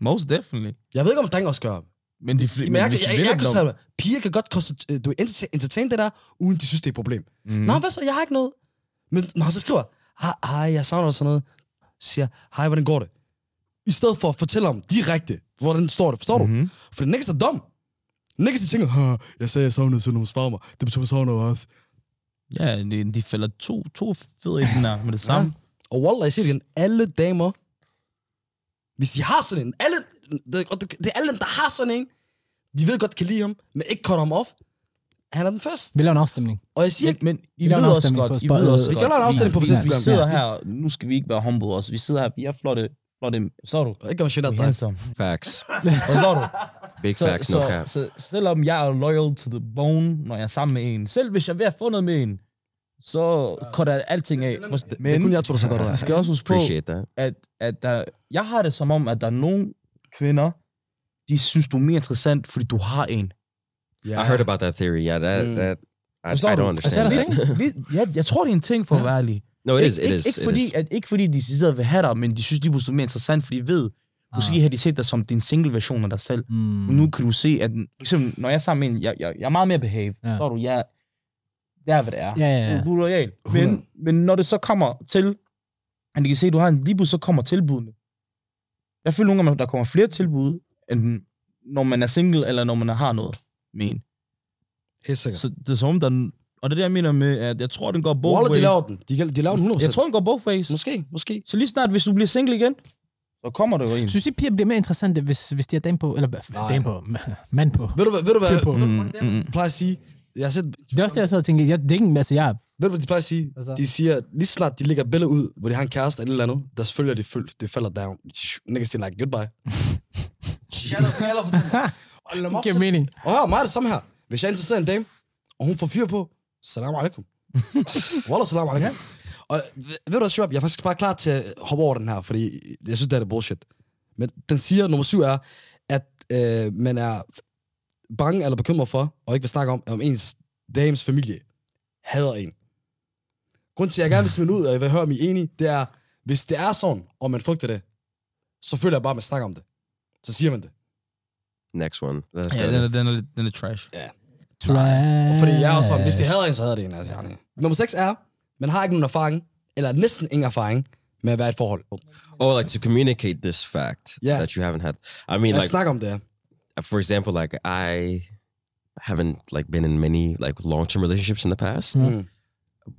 [SPEAKER 4] Most definitely.
[SPEAKER 1] Jeg ved ikke, om drenge også gør.
[SPEAKER 4] Men de fl-
[SPEAKER 1] Men jeg, jeg,
[SPEAKER 4] hvis
[SPEAKER 1] jeg,
[SPEAKER 4] kvinder
[SPEAKER 1] jeg, kan
[SPEAKER 4] dog-
[SPEAKER 1] sige, piger kan godt koste- øh, du ved, enter- entertain det der, uden de synes, det er et problem. Mm. Nå,
[SPEAKER 4] Mm-hmm.
[SPEAKER 1] hvad så? Jeg har ikke noget. Men når han så skriver, "Hej, hej, jeg savner dig," sådan noget, siger, hej, hvordan går det? I stedet for at fortælle ham direkte, hvordan står det, forstår mm-hmm. du? For Nick er dum. Nick de tænker, "Ha, jeg sagde, jeg savnede, så hun svarer mig. Det betyder, jeg savner også.
[SPEAKER 4] Ja, de, de falder to, to fede i den der med det samme. Ja.
[SPEAKER 1] Og wallah, jeg siger det igen, alle damer, hvis de har sådan en, alle, det, og det, det er alle dem, der har sådan en, de ved godt, kan lide ham, men ikke cut ham off. Han er den første.
[SPEAKER 2] Vi laver en afstemning.
[SPEAKER 1] Og jeg siger
[SPEAKER 4] Men,
[SPEAKER 1] ikke,
[SPEAKER 4] men I
[SPEAKER 2] Vi laver en
[SPEAKER 4] ved også
[SPEAKER 2] afstemning på
[SPEAKER 4] godt, I
[SPEAKER 2] Spot-
[SPEAKER 4] ved også
[SPEAKER 2] Vi
[SPEAKER 4] godt.
[SPEAKER 1] gør en afstemning på
[SPEAKER 4] vi,
[SPEAKER 1] vores Instagram.
[SPEAKER 4] Vi sidder her, og nu skal vi ikke være humble også. Vi sidder her, vi har flotte, flotte, forstår du?
[SPEAKER 1] ikke om shit at
[SPEAKER 4] Vi er
[SPEAKER 1] dig.
[SPEAKER 4] handsome.
[SPEAKER 3] Facts.
[SPEAKER 4] Forstår du?
[SPEAKER 3] Big
[SPEAKER 4] Så,
[SPEAKER 3] facts,
[SPEAKER 4] så,
[SPEAKER 3] no cap.
[SPEAKER 4] så, selvom jeg er loyal to the bone, når jeg er sammen med en, selv hvis jeg er ved at få noget med en, så cutter jeg alting af.
[SPEAKER 1] Det er kun
[SPEAKER 4] Men
[SPEAKER 1] jeg, tror, der så godt ud
[SPEAKER 4] jeg
[SPEAKER 1] af.
[SPEAKER 4] skal også huske på,
[SPEAKER 3] Appreciate that.
[SPEAKER 4] at, at der, jeg har det som om, at der er nogle kvinder, de synes, du er mere interessant, fordi du har en.
[SPEAKER 1] Ja.
[SPEAKER 3] I heard about that theory. Yeah, that
[SPEAKER 1] Mm.
[SPEAKER 3] that I, I
[SPEAKER 4] Forstår
[SPEAKER 3] don't
[SPEAKER 4] du?
[SPEAKER 2] Is that
[SPEAKER 3] understand.
[SPEAKER 2] a
[SPEAKER 3] that.
[SPEAKER 2] thing?
[SPEAKER 4] Lidt- Ja, jeg tror, det er en ting for at være ærlig.
[SPEAKER 3] No, it
[SPEAKER 4] Ikke-
[SPEAKER 3] is. It
[SPEAKER 4] ikke,
[SPEAKER 3] is.
[SPEAKER 4] Ikke,
[SPEAKER 3] it
[SPEAKER 4] fordi,
[SPEAKER 3] is.
[SPEAKER 4] At, ikke fordi de sidder vil have dig, men de synes, de er mere interessant, fordi de ved, ah. måske har de set dig som din single-version af dig selv.
[SPEAKER 2] Mm.
[SPEAKER 4] Mm. Nu kan du se, at for eksempel, når jeg er sammen med en, jeg, jeg, jeg er meget mere behave,
[SPEAKER 2] Ja.
[SPEAKER 4] ja. så er du, jeg, det er, hvad det er.
[SPEAKER 2] Ja, ja, ja.
[SPEAKER 4] Du, du er lojal.
[SPEAKER 1] Hundrede.
[SPEAKER 4] Men, men når det så kommer til, at de kan se, at du har en lige pludselig, så kommer tilbudene. Jeg føler nogle gange, at der kommer flere tilbud, end når man er single, eller når man har noget med en.
[SPEAKER 1] Helt sikkert.
[SPEAKER 4] Så det er som om, der er n- og det er det, jeg mener med, at jeg tror, den går both
[SPEAKER 1] Waller, de
[SPEAKER 4] ways.
[SPEAKER 1] laver den. De, de laver den 100%.
[SPEAKER 4] Jeg tror, den går both ways.
[SPEAKER 1] Måske, måske.
[SPEAKER 4] Så lige snart, hvis du bliver single igen, så kommer der jo en.
[SPEAKER 2] Synes I, piger bliver mere interessante, hvis, hvis de er dame på? Eller
[SPEAKER 1] Nej.
[SPEAKER 2] dame på? Mand på?
[SPEAKER 1] Ved du, hvad, ved du, hvad,
[SPEAKER 2] Fyr på.
[SPEAKER 1] ved du,
[SPEAKER 4] Mm,
[SPEAKER 1] hvad det er?
[SPEAKER 4] mm, mm.
[SPEAKER 1] de plejer at sige? Jeg har set,
[SPEAKER 2] Det er også det, jeg sad og tænkte. Jeg, det er ikke, en- altså, jeg,
[SPEAKER 1] ved du, hvad de plejer at sige?
[SPEAKER 2] Hvad så?
[SPEAKER 1] De siger, lige så snart de lægger et billede ud, hvor de har en kæreste eller et eller andet, der følger de føl, det falder down. Niggas siger like, goodbye. Shut up, Taylor, for Og lad mig
[SPEAKER 2] det
[SPEAKER 1] op
[SPEAKER 2] giver
[SPEAKER 1] til-
[SPEAKER 2] mening.
[SPEAKER 1] Og her er meget det samme her. Hvis jeg er interesseret i en dame, og hun får fyr på, salam alaikum. Wallah, salam alaikum. Og ved ved du hvad, Shabab, jeg er faktisk bare klar til at hoppe over den her, fordi jeg synes, det er det bullshit. Men den siger, nummer syv er, at øh, man er bange eller bekymret for, og ikke vil snakke om, om ens dames familie hader en. Grunden til, at jeg gerne vil smide den ud, og jeg vil høre, om I er enige, det er, hvis det er sådan, og man frygter det, så føler jeg bare, at man snakker om det. Så siger man det.
[SPEAKER 3] Next one. Let's
[SPEAKER 4] Ja,
[SPEAKER 3] go.
[SPEAKER 4] den er, den er, lidt- den er trash.
[SPEAKER 2] Trash.
[SPEAKER 1] Fordi jeg er også sådan, hvis det hader en, så hader det en. Altså, yani. Nummer 6 er, man har ikke nogen erfaring, eller næsten ingen erfaring, med at være i et forhold.
[SPEAKER 3] Oh, like to communicate this fact
[SPEAKER 1] Yeah.
[SPEAKER 3] that you haven't had. I mean,
[SPEAKER 1] Jeg
[SPEAKER 3] like
[SPEAKER 1] snakker om det.
[SPEAKER 3] uh, for example, like I haven't like been in many like long term relationships in the past,
[SPEAKER 1] Mm.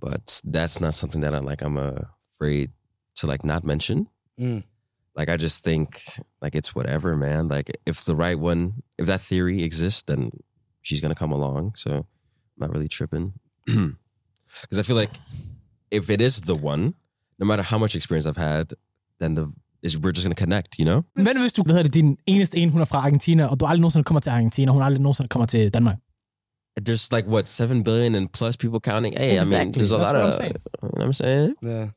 [SPEAKER 3] but that's not something that I'm like I'm uh, afraid to like not mention.
[SPEAKER 1] Mm.
[SPEAKER 3] Like I just think like it's whatever, man. Like if the right one, if that theory exists, then she's gonna come along. So I'm not really tripping because I feel like if it is the one, no matter how much experience I've had, then the is we're just gonna connect, you know?
[SPEAKER 2] Hvad nu hvis du, hvad hedder det, din eneste en, hun er fra Argentina, og du aldrig nogensinde kommer til Argentina, og hun aldrig nogensinde kommer til Danmark?
[SPEAKER 3] There's like what seven billion and plus people counting. Hey, I mean,
[SPEAKER 2] Exactly.
[SPEAKER 3] there's a
[SPEAKER 2] That's what
[SPEAKER 3] lot of
[SPEAKER 2] I'm saying.
[SPEAKER 3] you know what I'm saying
[SPEAKER 1] Ja.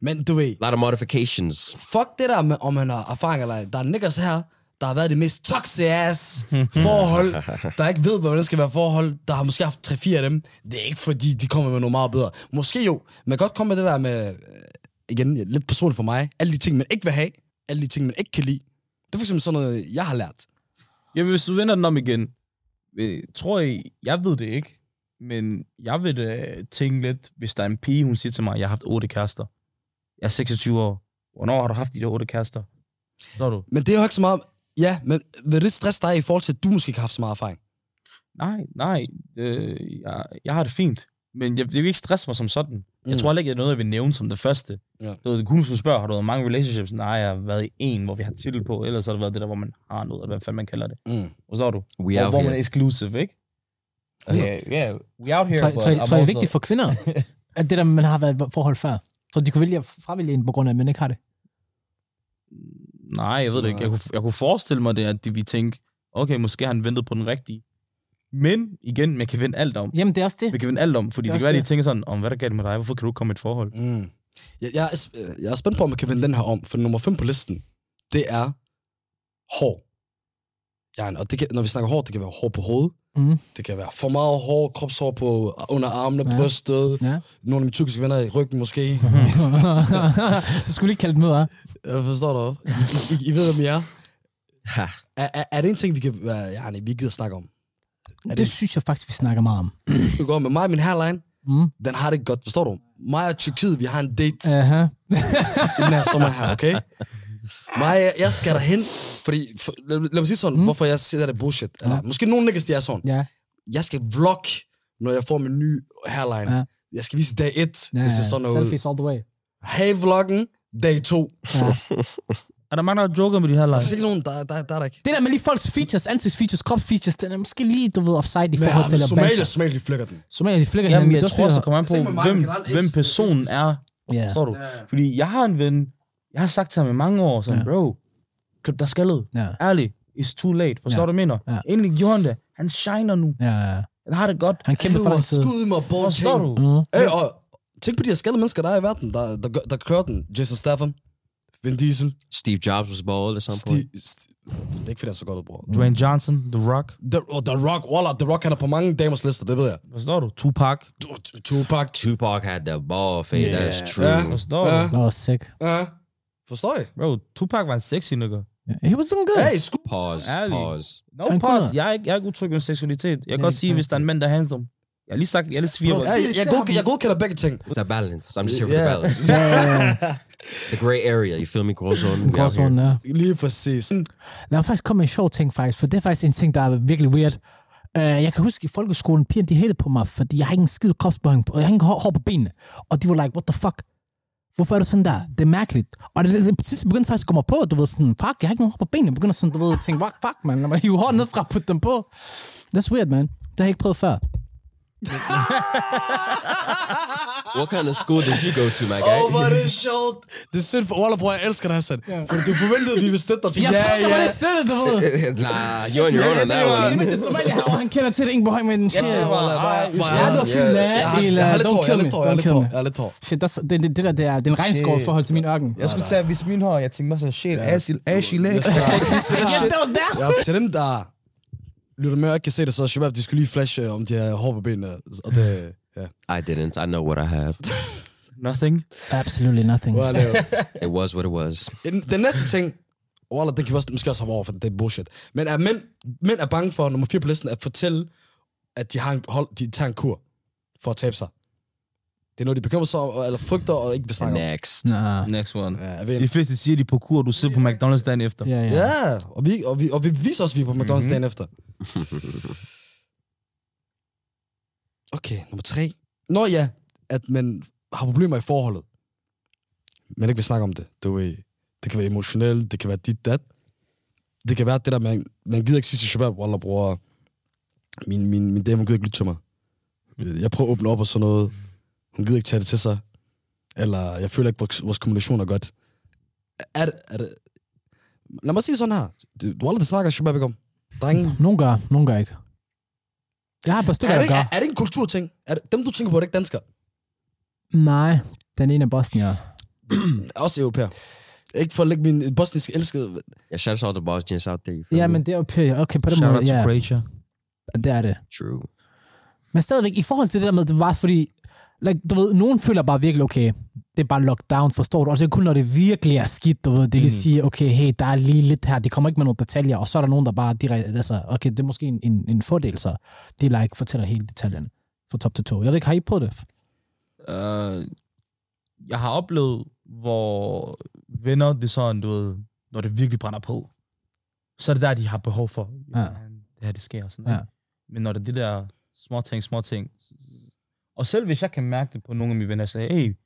[SPEAKER 1] Men du ved,
[SPEAKER 3] a lot of modifications.
[SPEAKER 1] fuck det der med, om man har erfaring eller ej. Der er niggas her, der har været i det mest toxic ass forhold, der ikke ved, hvordan det skal være forhold, der har måske haft 3-4 af dem. Det er ikke fordi, de kommer med noget meget bedre. Måske jo, man kan godt komme med det der med, øh, igen, lidt personligt for mig, alle de ting, man ikke vil have, alle de ting, man ikke kan lide. Det er for eksempel sådan noget, jeg har lært.
[SPEAKER 4] Jamen, hvis du vender den om igen, øh, tror jeg, jeg ved det ikke, men jeg vil øh, tænke lidt, hvis der er en pige, hun siger til mig, jeg har haft otte kærester. Jeg er 26 år. Hvornår har du haft de der otte kærester? Så er du,
[SPEAKER 1] Men det er jo ikke så meget... Ja, men vil det stresse dig i forhold til, at du måske ikke har haft så meget erfaring?
[SPEAKER 4] nej, nej, øh, jeg, jeg har det fint. Men jeg, det vil ikke stresse mig som sådan. Mm.
[SPEAKER 1] Mm.
[SPEAKER 4] Jeg tror heller ikke, at det er noget, jeg vil nævne som det første.
[SPEAKER 1] Ja.
[SPEAKER 4] Ja. Du ved, kun hvis du spørger, har du været i mange relationships? Nej, jeg har været i en, hvor vi har titel på. Ellers har det været det der, hvor man har noget, eller hvad fanden man kalder det.
[SPEAKER 1] Mm.
[SPEAKER 4] Og så er du,
[SPEAKER 3] We
[SPEAKER 4] hvor,
[SPEAKER 3] out
[SPEAKER 4] hvor
[SPEAKER 3] here.
[SPEAKER 4] man er exclusive, ikke? Ja,
[SPEAKER 1] Hundrede.
[SPEAKER 4] yeah, yeah, we out here.
[SPEAKER 2] Tror,
[SPEAKER 4] but
[SPEAKER 2] tror,
[SPEAKER 4] I'm
[SPEAKER 2] jeg- tror jeg, det er
[SPEAKER 4] also-
[SPEAKER 2] vigtigt for kvinder, at det der, man har været i et forhold før. Så de kunne vælge at fravælge en, på grund af, at man ikke har det.
[SPEAKER 4] Nej, jeg ved det ikke. Jeg kunne, jeg kunne forestille mig det, at de vi tænke, okay, måske har han ventet på den rigtige. Men igen, man kan vende alt om.
[SPEAKER 2] Jamen, det er også det.
[SPEAKER 4] Man kan vende alt om, fordi
[SPEAKER 2] Det er
[SPEAKER 4] det, det
[SPEAKER 2] også
[SPEAKER 4] kan være,
[SPEAKER 2] det.
[SPEAKER 4] de tænker sådan, om hvad er der galt med dig? Hvorfor kan du ikke komme i et forhold?
[SPEAKER 1] Mm. Jeg, jeg, er sp- øh, jeg er spændt på, om man kan vende den her om, for nummer 5 på listen, det er hår. Ja, og det kan, når vi snakker hår, det kan være hår på hovedet.
[SPEAKER 2] Mm.
[SPEAKER 1] Det kan være for meget hår, kropshår på under armene,
[SPEAKER 2] Ja.
[SPEAKER 1] ja. brystet.
[SPEAKER 2] Ja.
[SPEAKER 1] Nogle af mine tyrkiske venner i ryggen måske.
[SPEAKER 2] så skulle du ikke kalde det med, hva'?
[SPEAKER 1] Jeg Øh, forstår dig. I, I, I ved, hvem jeg er.
[SPEAKER 3] Ha.
[SPEAKER 1] Er, er, er det en ting, vi kan være, ja, vi gider snakke om?
[SPEAKER 2] Det,
[SPEAKER 1] det-
[SPEAKER 2] synes jeg faktisk, vi snakker meget om.
[SPEAKER 1] Det går med mig og min hairline.
[SPEAKER 2] Mm.
[SPEAKER 1] Den har det ikke godt, forstår du? Mig og Tyrkiet, vi har en date.
[SPEAKER 2] Aha.
[SPEAKER 1] i den her sommer her, okay? Maja, jeg- jeg skal derhen, fordi, for, lad, lad mig sige sådan, mm. hvorfor jeg siger, at det er bullshit. Eller,
[SPEAKER 2] Mhm. Ja.
[SPEAKER 1] Måske nogen niggas, de er sådan.
[SPEAKER 2] Ja.
[SPEAKER 1] Jeg skal vlog, når jeg får min nye hairline.
[SPEAKER 2] Ja.
[SPEAKER 1] Jeg skal vise dag 1,
[SPEAKER 2] ja,
[SPEAKER 1] det ser
[SPEAKER 2] ja.
[SPEAKER 1] sådan ud.
[SPEAKER 2] Selfies all the way.
[SPEAKER 1] Hey vloggen, dag 2.
[SPEAKER 2] Ja.
[SPEAKER 4] Er der mange, der joker med de her
[SPEAKER 1] Der
[SPEAKER 4] lege?
[SPEAKER 1] er ikke nogen, der, der, der, er der ikke.
[SPEAKER 2] Det der med lige folks features, ansigtsfeatures, kropsfeatures, den er måske lige, du ved, offside i
[SPEAKER 1] Men
[SPEAKER 2] forhold til at
[SPEAKER 1] Somalia,
[SPEAKER 2] banter.
[SPEAKER 1] Somalia flækker den.
[SPEAKER 2] Somalia, de flækker hinanden.
[SPEAKER 4] Jamen,
[SPEAKER 2] men
[SPEAKER 4] jeg
[SPEAKER 2] det er
[SPEAKER 4] tror også,
[SPEAKER 2] også,
[SPEAKER 4] det kommer an på,
[SPEAKER 1] Tænk med mig,
[SPEAKER 4] hvem,
[SPEAKER 1] generelt,
[SPEAKER 4] hvem
[SPEAKER 1] es-
[SPEAKER 4] personen er.
[SPEAKER 2] Ja.
[SPEAKER 4] Forstår du?
[SPEAKER 1] Ja.
[SPEAKER 4] Fordi jeg har en ven, jeg har sagt til ham i mange år, sådan,
[SPEAKER 2] Ja.
[SPEAKER 4] bro, klip dig skaldet.
[SPEAKER 2] Ja.
[SPEAKER 4] Ærligt, it's too late. Forstår
[SPEAKER 2] Ja.
[SPEAKER 4] du, hvad jeg mener?
[SPEAKER 2] Ja.
[SPEAKER 4] Endelig gjorde han det. Han shiner nu.
[SPEAKER 2] Ja, ja.
[SPEAKER 4] Han har det godt.
[SPEAKER 2] Han kæmper for lang tid.
[SPEAKER 1] Skud mig, ball
[SPEAKER 4] Forstår du?
[SPEAKER 2] Mm.
[SPEAKER 1] Hey, og Tænk på de her skaldede mennesker, der er i verden, der, der, gør- der kører den. Jason Statham, Vin Diesel,
[SPEAKER 3] Steve Jobs was bald at some point.
[SPEAKER 1] Steve, Steve, Det er ikke, fordi han er så godt ud, bror.
[SPEAKER 2] Mm.
[SPEAKER 4] Dwayne Johnson, The Rock.
[SPEAKER 1] The, og The Rock, Walla, The Rock, han er på mange damers lister, det ved jeg.
[SPEAKER 4] Hvad står du? Tupac.
[SPEAKER 1] Tu- Tupac,
[SPEAKER 3] Tupac had the ball fade.
[SPEAKER 4] Yeah.
[SPEAKER 3] That's true.
[SPEAKER 1] Yeah.
[SPEAKER 4] Hvad står du?
[SPEAKER 1] Ja.
[SPEAKER 2] That was sick.
[SPEAKER 1] ja. Forstår I?
[SPEAKER 4] Bro, Tupac var en sexy nigga.
[SPEAKER 2] Yeah, he was doing good.
[SPEAKER 1] Hey, sku...
[SPEAKER 3] Pause.
[SPEAKER 4] Ærlig.
[SPEAKER 3] Pause.
[SPEAKER 4] No
[SPEAKER 2] Han kunne
[SPEAKER 4] pause.
[SPEAKER 2] noget.
[SPEAKER 4] Jeg er, ikke, jeg er ikke utryg ved seksualitet. Jeg kan
[SPEAKER 2] Nej,
[SPEAKER 4] godt sige, hvis der er en mand, der er handsome. Jeg har lige sagt, jeg er lidt svirret.
[SPEAKER 1] Ja, jeg, jeg, god, jeg godkender begge ting.
[SPEAKER 3] It's a balance. I'm just here for
[SPEAKER 1] Yeah.
[SPEAKER 3] the balance. The gray area. You feel me? Gråzone. we out here.
[SPEAKER 2] Gråzonen, ja.
[SPEAKER 1] Lige præcis.
[SPEAKER 2] uh, Lad mig faktisk komme med en sjov ting, faktisk, for det er faktisk en ting, der er virkelig weird. Uh, jeg kan huske i folkeskolen, pigerne de hældte på mig, fordi jeg har ikke en skid kropsbøjning på, og jeg har ikke hår, hår på benene. Og de var like, what the fuck? Hvorfor er du sådan der? Det er mærkeligt. Og det, det, det sidste begyndte faktisk at komme på, at du ved sådan, fuck, jeg har ikke nogen hår på benene. Jeg begynder sådan, du ved, at tænke, fuck, fuck, man. Lad mig hive hår ned fra og putte dem på. That's weird, man. Det har jeg ikke prøvet før.
[SPEAKER 3] What kind of school did you go to, my guy?
[SPEAKER 1] Åh, hvor er det sjovt. Det er synd for Walla, bror, jeg elsker dig, Hassan. For du forventede, at vi ville støtte dig til,
[SPEAKER 2] Jeg
[SPEAKER 1] ja,
[SPEAKER 2] tror, det var
[SPEAKER 1] ja.
[SPEAKER 2] det stille, du ved.
[SPEAKER 3] nah, you're on your own on that
[SPEAKER 2] Det er
[SPEAKER 3] one.
[SPEAKER 2] med til Somalia, og han kender til det, ingen behøver med den shit.
[SPEAKER 1] Ja, Walla, bare...
[SPEAKER 4] Ah,
[SPEAKER 1] bare-
[SPEAKER 2] Ja, det var fint, lad.
[SPEAKER 1] Jeg har- Jeg har lidt tår, jeg har lidt tår, jeg har lidt tår, jeg har lidt tår.
[SPEAKER 2] Shit, that's, det, det, det der, det er, det er en regnskov i forhold til min ørken.
[SPEAKER 4] Jeg skulle tage hvis min hår, jeg tænkte mig sådan, shit, ashy legs.
[SPEAKER 1] Ja, Altså, til dem, der lytter med og ikke kan se det, så Shabab, de skulle lige flashe øh, om de har hår på benene. Og det... Ja.
[SPEAKER 3] I didn't. I know what I have.
[SPEAKER 4] Nothing.
[SPEAKER 2] Absolutely nothing.
[SPEAKER 1] Hvor er det jo?
[SPEAKER 3] It was what it was.
[SPEAKER 1] En- Den næste ting, Walla, den kan vi også, måske også hoppe over, for det er bullshit. Men er mænd, mænd er bange for, nummer 4 på listen, at fortælle, at de, har en, hold, de tager en kur for at tabe sig. Det er noget, de bekymrer sig om, eller frygter og ikke vil snakke om.
[SPEAKER 3] Next.
[SPEAKER 2] Nah.
[SPEAKER 4] Next one.
[SPEAKER 1] Ja, jeg ved
[SPEAKER 4] De
[SPEAKER 1] ikke.
[SPEAKER 4] fleste siger, de er på kur, du sidder på McDonald's dagen efter.
[SPEAKER 2] Ja, ja.
[SPEAKER 1] ja og, vi, og, vi, og vi viser os, vi er på McDonald's dagen efter. Okay, nummer tre. Nå ja, at man har problemer i forholdet, men ikke vil snakke om det. Du ved, det kan være emotionelt, det kan være dit dat. Det kan være det der, man, man gider ikke sige til Shabab, Wallah, bror, min, min, min dame, hun gider ikke lytte til mig. Jeg prøver at åbne op og sådan noget. Hun gider ikke tage det til sig. Eller jeg føler ikke, vores, vores kommunikation er godt. Er, det- er det... Lad mig sige sådan her. Det, Wallah, det snakker Shabab ikke om. Drenge,
[SPEAKER 2] Nogen gør, nogen gør ikke. Jeg har et par stykker,
[SPEAKER 1] er, det,
[SPEAKER 2] der
[SPEAKER 1] ikke-
[SPEAKER 2] gør.
[SPEAKER 1] er, er det en kulturting? Er det, dem, du tænker på, er det ikke danskere?
[SPEAKER 2] Nej, den ene er bosnier.
[SPEAKER 1] Også europæer. Ikke for at lægge min bosniske elskede...
[SPEAKER 3] Yeah, shout out to all the Bosnians out there. You feel
[SPEAKER 2] Ja,
[SPEAKER 3] me?
[SPEAKER 2] men det er okay. Okay, på den
[SPEAKER 4] Shout
[SPEAKER 2] måde,
[SPEAKER 4] out to
[SPEAKER 2] ja,
[SPEAKER 4] Croatia.
[SPEAKER 2] det er det.
[SPEAKER 3] True.
[SPEAKER 2] Men stadigvæk, i forhold til det der med, det var fordi, like, du ved, nogen føler bare virkelig, okay, det er bare lockdown, forstår du? Og så kun når det virkelig er skidt, du ved, det
[SPEAKER 4] Mm.
[SPEAKER 2] lige sige, okay, hey, der er lige lidt her, de kommer ikke med nogle detaljer, og så er der nogen, der bare direkte, altså, okay, det er måske en, en, en fordel, så de like, fortæller hele detaljen fra top til to. Jeg ved ikke, har I prøvet det?
[SPEAKER 4] øh, jeg har oplevet, hvor venner, det er sådan, du ved, når det virkelig brænder på, så er det der, de har behov for.
[SPEAKER 2] Ja.
[SPEAKER 4] Det her, det sker og sådan
[SPEAKER 2] Ja.
[SPEAKER 4] ja. Men når det er det der små ting, små ting. Og selv hvis jeg kan mærke det på nogle af mine venner, så er jeg, hey,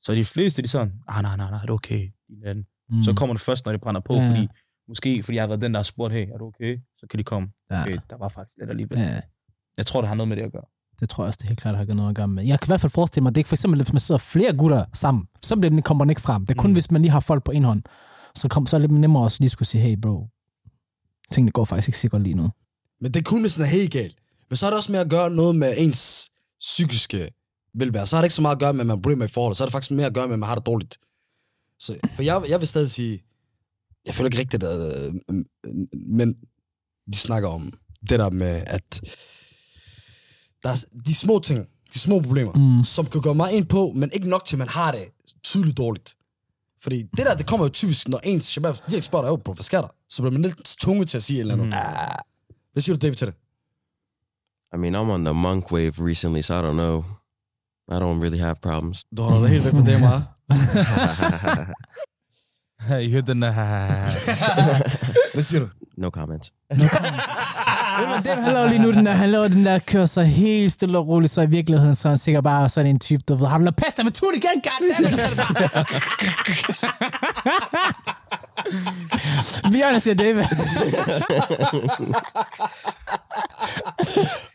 [SPEAKER 4] så er de fleste, de er sådan, ah, nej, nej, nej, det er okay. Mm.
[SPEAKER 2] Mm.
[SPEAKER 4] Så kommer det først, når det brænder på,
[SPEAKER 2] Ja.
[SPEAKER 4] ja. fordi måske fordi jeg har været den, der har spurgt, hey, er du okay? Så kan de komme.
[SPEAKER 2] Ja.
[SPEAKER 4] Okay, der var faktisk lidt alligevel. Ja.
[SPEAKER 2] Ja,
[SPEAKER 4] Jeg tror, det har noget med det at gøre.
[SPEAKER 2] det tror jeg også, det helt klart har noget at gøre med. Jeg kan i hvert fald forestille mig, at det ikke for eksempel, hvis man sidder flere gutter sammen, så bliver den, kommer den ikke frem. Det er kun, mm.
[SPEAKER 4] Mm.
[SPEAKER 2] hvis man lige har folk på en hånd, så, kom, så er det lidt nemmere også lige skulle sige, hey bro, tingene går faktisk ikke sikkert lige nu.
[SPEAKER 1] Men det kunne sådan er helt galt. Men så er det også med at gøre noget med ens psykiske velvære. Så har det ikke så meget at gøre med, at man har problemer i forholdet. Så er det faktisk mere at gøre med, at man har det dårligt. Så, for jeg, jeg vil stadig sige, jeg føler ikke rigtigt, at øh, men de snakker om det der med, at der er de små ting, de små problemer,
[SPEAKER 2] Mm.
[SPEAKER 1] mm. som kan gøre mig ind på, men ikke nok til, at man har det tydeligt dårligt. Fordi det der, det kommer jo typisk, når ens shabab direkte spørger dig, "Åh, bro, hvad sker der? Så bliver man lidt tvunget til at sige et eller andet. Mm. Hvad siger du, David, til det?
[SPEAKER 3] I mean, I'm on the monk wave recently, so I don't know. I don't really have problems.
[SPEAKER 1] Du holder dig helt væk fra det, meget.
[SPEAKER 4] I hørte den der...
[SPEAKER 1] Hvad siger du?
[SPEAKER 3] no comment.
[SPEAKER 2] Ved du hvad, Dem, han laver lige nu, den der, han laver den der, kører sig helt stille og roligt, så i virkeligheden, så er han sikkert bare sådan en type, der ved, har du lavet pasta med tun igen, goddammit? Vi er siger David.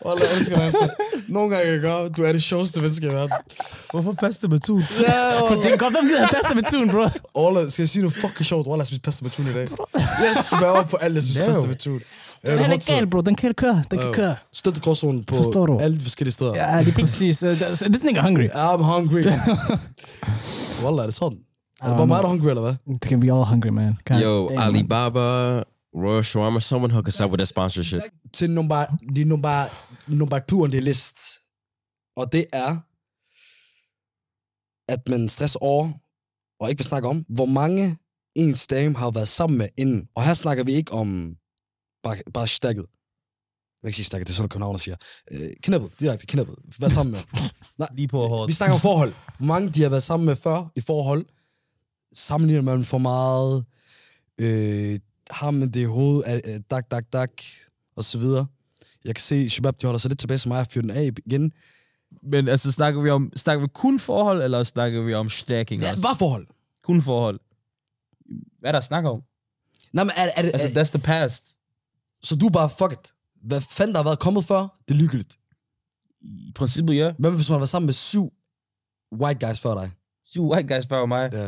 [SPEAKER 1] Åh, jeg elsker dig altså. Nogle gange, jeg gør, du er det sjoveste menneske i verden.
[SPEAKER 4] Hvorfor passer det med tun?
[SPEAKER 1] Ja,
[SPEAKER 2] For det er godt, hvem gider have pasta med tun, bro?
[SPEAKER 1] Ola, skal jeg sige noget fucking sjovt? Ola, jeg spiste pasta med tun i dag. Jeg sværger på alt, jeg spiste
[SPEAKER 4] Damn.
[SPEAKER 1] pasta med tun.
[SPEAKER 2] Den er helt gal, bro. Den kan køre. Den kan
[SPEAKER 1] Jo.
[SPEAKER 2] køre.
[SPEAKER 1] Støtte gråzonen på
[SPEAKER 2] Forstår du?
[SPEAKER 1] alle de forskellige steder.
[SPEAKER 2] Ja, det er præcis. Øh, det- This nigga hungry.
[SPEAKER 1] I'm hungry. Wallah, er det sådan? Er det bare
[SPEAKER 2] Ah,
[SPEAKER 1] mig,
[SPEAKER 2] man.
[SPEAKER 1] der er hungry, eller hvad?
[SPEAKER 2] Det kan vi all hungry, man. God
[SPEAKER 3] Yo,
[SPEAKER 2] damn, man.
[SPEAKER 3] Alibaba, Royal Shawarma, someone hook us up with a sponsorship.
[SPEAKER 1] Til nummer, de nummer, nummer to on the list. Og det er, at man stresser over, og ikke vil snakke om, hvor mange ens dame har været sammen med inden. Og her snakker vi ikke om bare, bare stakket. Jeg vil ikke sige stakket, det er sådan, københavner siger. Øh, knippet, direkte knippet. Vær sammen med.
[SPEAKER 4] Lige på hårdt.
[SPEAKER 1] Vi snakker om forhold. Hvor mange de har været sammen med før i forhold. Sammenligner man for meget. Øh, har man det i hovedet. Er, er, dak, dak, dak. Og så videre. Jeg kan se, Shabab, de holder sig lidt tilbage som mig og fyrer den af igen.
[SPEAKER 4] Men altså, snakker vi, om, snakker vi kun forhold, eller snakker vi om stacking
[SPEAKER 1] Ja,
[SPEAKER 4] også?
[SPEAKER 1] bare forhold.
[SPEAKER 4] Kun forhold. Hvad er der snakker om?
[SPEAKER 1] Nej, men er, er, er,
[SPEAKER 4] Altså,
[SPEAKER 1] er,
[SPEAKER 4] that's the past.
[SPEAKER 1] så du er bare, fuck it. Hvad fanden der har været kommet før, det er lykkeligt.
[SPEAKER 4] I princippet, ja.
[SPEAKER 1] Hvad hvis man har været sammen med syv white guys før dig?
[SPEAKER 4] Syv white guys før mig.
[SPEAKER 1] Ja.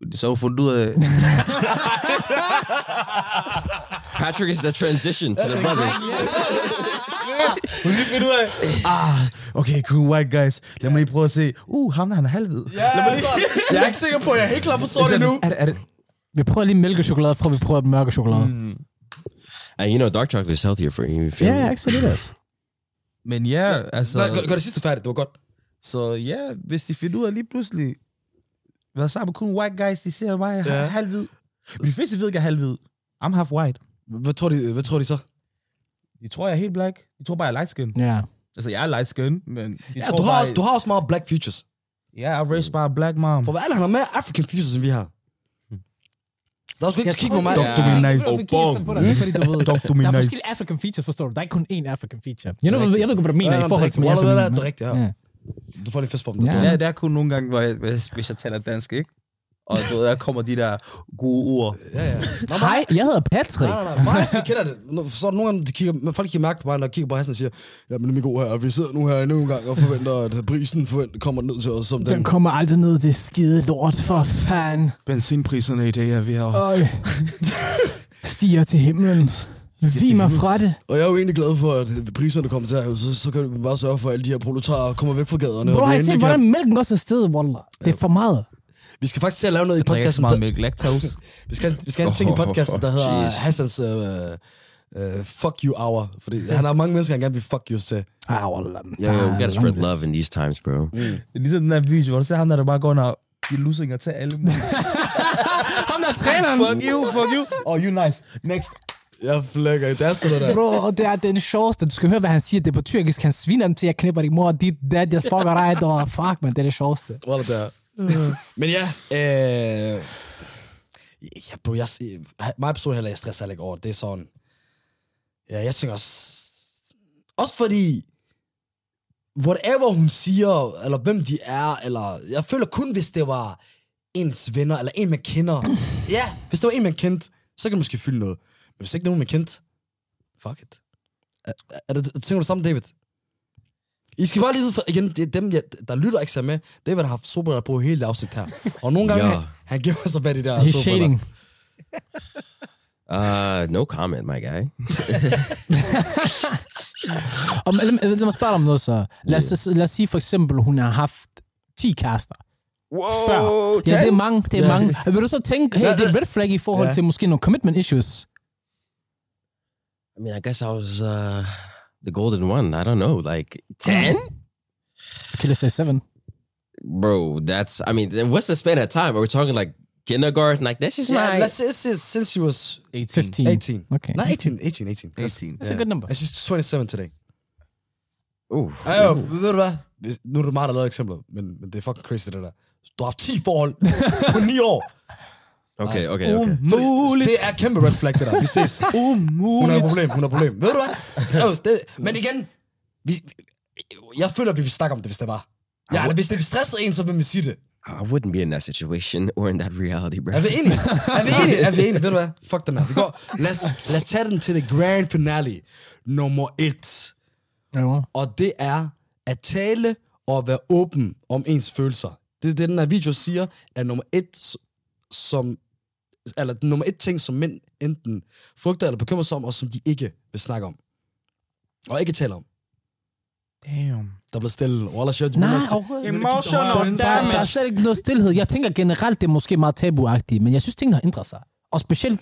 [SPEAKER 4] Det er så fundet ud af...
[SPEAKER 3] Patrick is the transition to the brothers.
[SPEAKER 4] Hun lige finder ud af... Ah, okay, kun white guys. Lad mig lige prøve at se. Uh, ham der, han er halvhvid.
[SPEAKER 1] Ja, altså, jeg er ikke sikker på, at jeg er helt klar på sort endnu.
[SPEAKER 4] Altså, Er, det- er det...
[SPEAKER 2] Vi prøver lige mælkechokolade, før vi prøver mørke chokolade.
[SPEAKER 4] Mm.
[SPEAKER 3] And you know, dark chocolate is healthier for you. you feel
[SPEAKER 2] Ja,
[SPEAKER 3] me?
[SPEAKER 2] jeg ikke så det, altså.
[SPEAKER 4] Men ja, altså...
[SPEAKER 1] Så... Nej, gør, gør, det sidste færdigt, det var godt.
[SPEAKER 4] Så ja, hvis de finder ud af lige pludselig, hvad så med kun white guys, de ser mig
[SPEAKER 1] Ja.
[SPEAKER 4] ja. halvhvid. Min fleste ved ikke, jeg er halvhvid. I'm half white.
[SPEAKER 1] Hvad tror de, hvad tror de så?
[SPEAKER 4] De tror, jeg er helt black. De tror bare, jeg er light skin.
[SPEAKER 2] Ja.
[SPEAKER 4] Altså, jeg er light skin, men de
[SPEAKER 1] Ja,
[SPEAKER 4] tror
[SPEAKER 1] du, har
[SPEAKER 4] bare,
[SPEAKER 1] også, du har også meget black features.
[SPEAKER 4] Ja, yeah, I raised by a black mom.
[SPEAKER 1] For hvad er det, han har mere African features, end vi har?
[SPEAKER 4] Mm.
[SPEAKER 1] Der er sgu ikke
[SPEAKER 2] Jeg
[SPEAKER 1] til at kigge på
[SPEAKER 2] tror
[SPEAKER 1] mig.
[SPEAKER 4] Dr. Minaj.
[SPEAKER 2] Jeg vil kigge sådan på dig, det er fordi, du ved,
[SPEAKER 4] Dr.
[SPEAKER 2] Der
[SPEAKER 4] Minaj.
[SPEAKER 2] er forskellige African features, forstår du? Der er ikke kun én African feature. Jeg ved,
[SPEAKER 1] rigtigt.
[SPEAKER 2] jeg ved godt, hvad du mener
[SPEAKER 1] Ja,
[SPEAKER 2] i
[SPEAKER 1] jamen,
[SPEAKER 2] forhold til,
[SPEAKER 1] det er
[SPEAKER 2] hvad jeg
[SPEAKER 1] rigtigt.
[SPEAKER 2] mener.
[SPEAKER 1] Det er rigtigt, ja.
[SPEAKER 2] ja.
[SPEAKER 1] Du får lige fest på dem.
[SPEAKER 2] Ja.
[SPEAKER 1] Ja.
[SPEAKER 4] Ja, det er kun nogle gange, hvor jeg, hvis, hvis jeg taler dansk, ikke? Og du ved, der kommer de der gode ord.
[SPEAKER 1] ja, ja. Nå,
[SPEAKER 2] Hej,
[SPEAKER 1] nej,
[SPEAKER 2] jeg hedder
[SPEAKER 1] Nej,
[SPEAKER 2] Patrick.
[SPEAKER 1] nej, nej. Majs, vi kender det. Nu- Så er der nogle gange, de kigger, men folk kan mærke på mig, når jeg kigger på Hassan og siger, ja, men det er god her, og vi sidder nu her endnu en gang og forventer, at prisen forventer, kommer ned til os som den.
[SPEAKER 2] Den kommer aldrig ned, det skide lort, for fanden.
[SPEAKER 4] Benzinpriserne i dag er ved at...
[SPEAKER 2] Øj. Stiger til himlen. Vi mig fra det.
[SPEAKER 1] Og jeg er jo egentlig glad for, at priserne kommer til at så, så kan vi bare sørge for, at alle de her proletarer kommer væk fra gaderne.
[SPEAKER 2] Bro,
[SPEAKER 1] og vi
[SPEAKER 2] har I set,
[SPEAKER 1] endelig
[SPEAKER 2] hvordan mælken går til sted, Wallah? Det er for meget.
[SPEAKER 1] Vi skal faktisk til at lave noget i
[SPEAKER 4] Jeg drikker ikke så
[SPEAKER 1] podcasten.
[SPEAKER 4] meget mælk. Lactose.
[SPEAKER 1] Vi skal, vi skal have en ting i podcasten, der hedder
[SPEAKER 3] Jeez.
[SPEAKER 1] Hassans uh, uh, fuck you hour. Fordi han har mange mennesker, han gerne vil fuck you til.
[SPEAKER 2] Ah, Wallah.
[SPEAKER 3] Yo, yo, we gotta spread love in these times, bro.
[SPEAKER 4] Det er ligesom den der video, hvor du ser ham, der, der bare går under de lussinger til alle mulige.
[SPEAKER 2] Ham der træneren.
[SPEAKER 4] fuck you, fuck you. Oh, you nice. Next.
[SPEAKER 1] Jeg flækker, det er sådan noget der.
[SPEAKER 2] Bro, og det er den sjoveste. Du skal høre, hvad han siger. Det er på tyrkisk. Han sviner dem til, jeg knipper din mor. Dit, dat, jeg fucker dig. Det var, fuck, man. Det er det sjoveste.
[SPEAKER 1] Hvor er det der? Men ja, øh, ja bro, jeg, mig personligt heller, jeg stresser heller ikke over det. Det er sådan... Ja, jeg tænker også... Også fordi... Whatever hun siger, eller hvem de er, eller... Jeg føler kun, hvis det var ens venner, eller en, man kender. ja, hvis det var en, man kendte, så kan det måske fylde noget. Men hvis ikke det er nogen, man kendte, fuck it. Er, er det, tænker du det samme, David? I skal bare lige ud for, igen, det er dem, jeg, der lytter ikke så med, David har haft sobriller på hele afsnit her. Og nogle gange,
[SPEAKER 3] Ja.
[SPEAKER 1] han, han gemmer sig bag de der
[SPEAKER 2] He's shading.
[SPEAKER 1] sobriller.
[SPEAKER 3] Uh, no comment, my guy.
[SPEAKER 2] Og lad, lad, lad mig spørge dig om noget så. Lad os, lad os sige for eksempel, hun har haft 10 kærester. Før. Ja, det er mange, det er
[SPEAKER 1] Ja.
[SPEAKER 2] mange. Vil du så tænke, hey,
[SPEAKER 1] Ja,
[SPEAKER 2] det er
[SPEAKER 1] det-
[SPEAKER 2] et red flag i forhold
[SPEAKER 1] Ja.
[SPEAKER 2] til måske nogle commitment issues?
[SPEAKER 3] I mean, I guess I was uh, the golden one. I don't know, like 10?
[SPEAKER 2] Okay, let's say seven.
[SPEAKER 3] Bro, that's, I mean, then what's the span of time? Are we talking like kindergarten? Like, this is my.
[SPEAKER 1] Yeah, let's say since, since she was
[SPEAKER 4] 18.
[SPEAKER 2] 15.
[SPEAKER 1] 18.
[SPEAKER 2] Okay.
[SPEAKER 1] No, 18, 18, 18. That's,
[SPEAKER 4] 18.
[SPEAKER 2] That's a good number.
[SPEAKER 1] and she's 27 today.
[SPEAKER 3] Ooh.
[SPEAKER 1] Ej, uh-huh. jo, ved du hvad? Hvis- Nu er det meget, der lavet eksempler, men, men det er fucking crazy, det der. Du har haft 10 forhold på 9 år.
[SPEAKER 3] Okay, okay,
[SPEAKER 4] oh
[SPEAKER 3] okay.
[SPEAKER 1] Muligt. Det er kæmpe red flag, det der. Vi ses. Hun har et
[SPEAKER 4] Umuligt.
[SPEAKER 1] problem, hun har et problem. Ved du hvad? Jo, det, men igen, vi, jeg føler, at vi vil snakke om det, hvis det var. Ja, eller hvis det stressede en, så vil man sige det.
[SPEAKER 3] I wouldn't be in that situation or in that reality, bro.
[SPEAKER 1] Er vi enige? Er vi enige? Er vi enige? Ved du hvad? Fuck den her. Vi går. Lad os, lad os tage den til det grand finale. Nummer et.
[SPEAKER 2] Ja.
[SPEAKER 1] Og det er at tale og være åben om ens følelser. Det er det, den her video siger, er nummer et, s- som eller nummer et ting, som mænd enten frygter eller bekymrer sig om, og som de ikke vil snakke om. Og ikke tale om.
[SPEAKER 4] Damn.
[SPEAKER 1] Der bliver stille. Wallah, shit, du
[SPEAKER 2] Nej,
[SPEAKER 1] mener ikke-
[SPEAKER 2] overhovedet ikke.
[SPEAKER 4] Emotional
[SPEAKER 2] Der, der, der er
[SPEAKER 4] damage.
[SPEAKER 2] slet ikke noget stillhed. Jeg tænker generelt, det er måske meget tabuagtigt, men jeg synes, tingene har ændret sig. Og specielt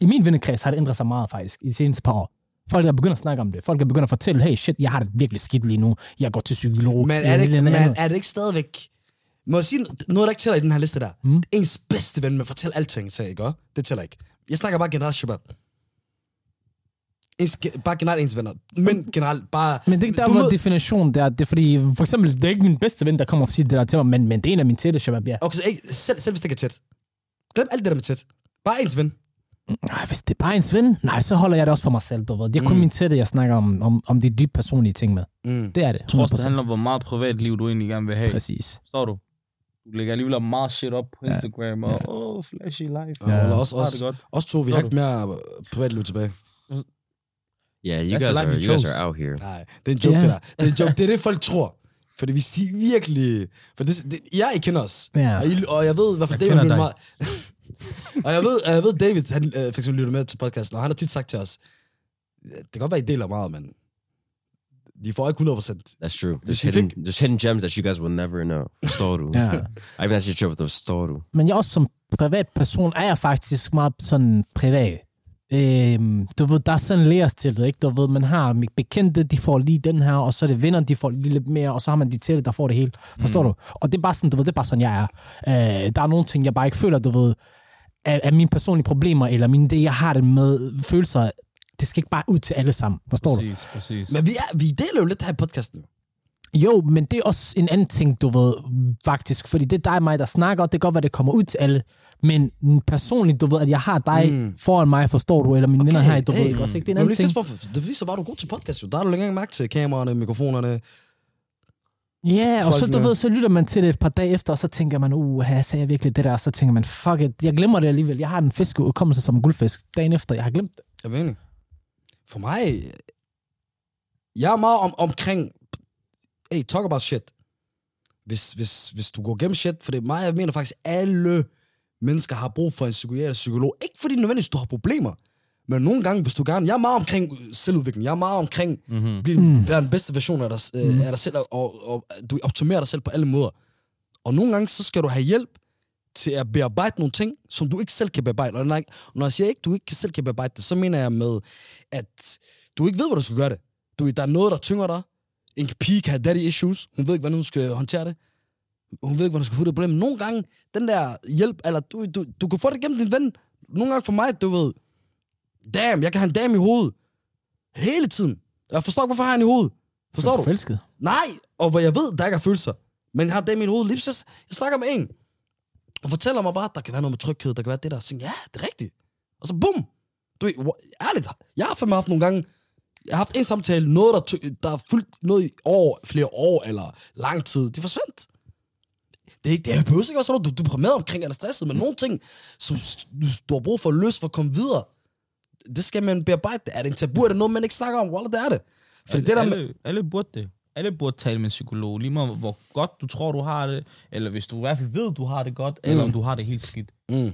[SPEAKER 2] i min vennekreds har det ændret sig meget faktisk i de seneste par år. Folk er begyndt at snakke om det. Folk er begyndt at fortælle, hey shit, jeg har det virkelig skidt lige nu. Jeg går til psykolog.
[SPEAKER 1] Men er,
[SPEAKER 2] Jeg
[SPEAKER 1] det ikke,
[SPEAKER 2] lidt
[SPEAKER 1] men
[SPEAKER 2] andet."
[SPEAKER 1] er det ikke stadigvæk... Må jeg sige noget, der ikke tæller i den her liste der? Mm. Ens bedste ven, man fortæller alting til, ikke? også? Det tæller ikke. Jeg snakker bare generelt, Shabab. Ens, ge- bare generelt ens venner. Men generelt bare...
[SPEAKER 2] Men det er ikke der,
[SPEAKER 1] Du
[SPEAKER 2] hvor
[SPEAKER 1] ved-
[SPEAKER 2] definitionen der. Det er fordi, for eksempel, det er ikke min bedste ven, der kommer og siger det der til mig, men, men det er en af mine tætte, Shabab, ja.
[SPEAKER 1] Okay, så ikke, selv, selv hvis det ikke er tæt. Glem alt det der med tæt. Bare ens ven.
[SPEAKER 2] Nej, hvis det er bare ens ven, nej, så holder jeg det også for mig selv, du ved. Det er kun
[SPEAKER 1] Mm.
[SPEAKER 2] mm. min tætte, jeg snakker om, om, om de dybt personlige ting med.
[SPEAKER 1] Mm.
[SPEAKER 2] Det er det.
[SPEAKER 4] Jeg tror også, det
[SPEAKER 2] 100%.
[SPEAKER 4] handler om, hvor meget privat liv du egentlig gerne vil have.
[SPEAKER 2] Præcis.
[SPEAKER 4] Forstår du? Du lægger alligevel meget shit op på
[SPEAKER 2] Ja.
[SPEAKER 4] Instagram, og åh, oh, flashy life.
[SPEAKER 1] Ja, Wallah, også,
[SPEAKER 4] Har det
[SPEAKER 1] også,
[SPEAKER 4] godt.
[SPEAKER 1] også to, vi har ikke mere privatliv tilbage.
[SPEAKER 3] Yeah, you
[SPEAKER 4] That's the
[SPEAKER 3] guys
[SPEAKER 4] life
[SPEAKER 3] are
[SPEAKER 4] you
[SPEAKER 3] you guys
[SPEAKER 4] chose.
[SPEAKER 3] are out here.
[SPEAKER 1] Nej, det er en joke,
[SPEAKER 2] Ja.
[SPEAKER 1] yeah. det der. Det er en joke. Det er det, folk tror. Fordi hvis de virkelig... For det, det, jeg, I kender os.
[SPEAKER 2] Ja.
[SPEAKER 1] Og, I, og jeg ved, hvad for
[SPEAKER 4] Jeg
[SPEAKER 1] David
[SPEAKER 4] kender
[SPEAKER 1] lytter
[SPEAKER 4] dig.
[SPEAKER 1] meget... og jeg ved, og jeg ved David, han øh, fik som lytter med til podcasten, og han har tit sagt til os, det kan godt være, I deler meget, men de får ikke 100%.
[SPEAKER 3] That's true.
[SPEAKER 1] Hvis
[SPEAKER 3] There's
[SPEAKER 1] vi
[SPEAKER 3] hidden, there's hidden gems that you guys will never know. Storu.
[SPEAKER 2] Ja.
[SPEAKER 3] I haven't actually tripped with the Storu.
[SPEAKER 2] Men jeg også som privatperson er jeg faktisk meget sådan privat. Øhm, du ved, der er sådan læres til det, ikke? Du ved, man har mit bekendte, de får lige den her, og så er det vinderne, de får lige lidt mere, og så har man de tætte, der får det hele. Forstår mm. du? Og det er bare sådan, du ved, det er bare sådan, jeg er. Øh, der er nogle ting, jeg bare ikke føler, du ved, af, af mine personlige problemer, eller mine, det, jeg har det med, følelser, det skal ikke bare ud til alle sammen. Forstår du?
[SPEAKER 4] Præcis, præcis.
[SPEAKER 1] Men vi, er, vi deler jo lidt her i podcasten.
[SPEAKER 2] Jo, men det er også en anden ting, du ved, faktisk. Fordi det er dig og mig, der snakker, og det kan godt være, det kommer ud til alle. Men personligt, du ved, at jeg har dig
[SPEAKER 1] Mm.
[SPEAKER 2] mm. foran mig, forstår du, eller mine okay, venner her, du hey, ved
[SPEAKER 1] hey,
[SPEAKER 2] ikke også, ikke? Det er en
[SPEAKER 1] Men
[SPEAKER 2] anden
[SPEAKER 1] det,
[SPEAKER 2] ting.
[SPEAKER 1] fisk, hvorfor- det viser bare, at du er god til podcast, jo. Der er du længere mærke til kameraerne, mikrofonerne.
[SPEAKER 2] Ja, og så, du
[SPEAKER 1] folkene.
[SPEAKER 2] ved, så lytter man til det et par dage efter, og så tænker man, uh, jeg sagde jeg virkelig det der, og så tænker man, fuck it, jeg glemmer det alligevel. Jeg har en fiskeudkommelse som en guldfisk dagen efter, jeg har glemt det.
[SPEAKER 1] Jeg ved ikke. For mig... Jeg er meget om, omkring... Hey, talk about shit. Hvis, hvis, hvis du går gennem shit, for det er mig, jeg mener faktisk, alle mennesker har brug for en psykiater eller psykolog. Ikke fordi nødvendigvis, du har problemer, men nogle gange, hvis du gerne... Jeg er meget omkring øh, selvudvikling. Jeg er meget omkring
[SPEAKER 4] Mm-hmm.
[SPEAKER 2] Mhm.
[SPEAKER 1] blive mm. være den bedste version af dig, øh, af dig selv, og, og, og du optimerer dig selv på alle måder. Og nogle gange, så skal du have hjælp til at bearbejde nogle ting, som du ikke selv kan bearbejde. Og når når jeg siger ikke, du ikke kan- selv kan bearbejde det, så mener jeg med, at du ikke ved, hvor du skal gøre det. Du, ved, der er noget, der tynger dig. En pige kan have daddy issues. Hun ved ikke, hvordan hun skal håndtere det. Hun ved ikke, hvordan hun skal få det problem. Nogle gange, den der hjælp, eller du, du, du kan få det gennem din ven. Nogle gange for mig, du ved, damn, jeg kan have en dame i hovedet. Hele tiden. Jeg forstår ikke, hvorfor jeg har en i hovedet. Forstår du?
[SPEAKER 2] Forelsket.
[SPEAKER 1] Nej, og hvor jeg ved, der ikke er følelser. Men jeg har det i mit hoved. Lige præcis, jeg snakker med en, og fortæller mig bare, at der kan være noget med tryghed, der kan være det der. Så tænker jeg, ja, det er rigtigt. Og så bum. Du ved, wha- ærligt, jeg har fandme haft nogle gange, jeg har haft en samtale, noget, der, ty- der er fuldt noget i år, flere år eller lang tid. Det forsvandt. Det er ikke, det er behøver ikke at være sådan noget, du, du er deprimeret omkring eller stresset, men nogle ting, som s- du, du har brug for at løse for at komme videre, det skal man bearbejde. Er det en tabu? Er det noget, man ikke snakker om? Wallah, det er det. For det der med,
[SPEAKER 4] alle, alle burde det. Alle burde tale med en psykolog, lige meget hvor godt du tror, du har det, eller hvis du i hvert fald ved, du har det godt, mm. eller om du har det helt skidt.
[SPEAKER 1] Mm.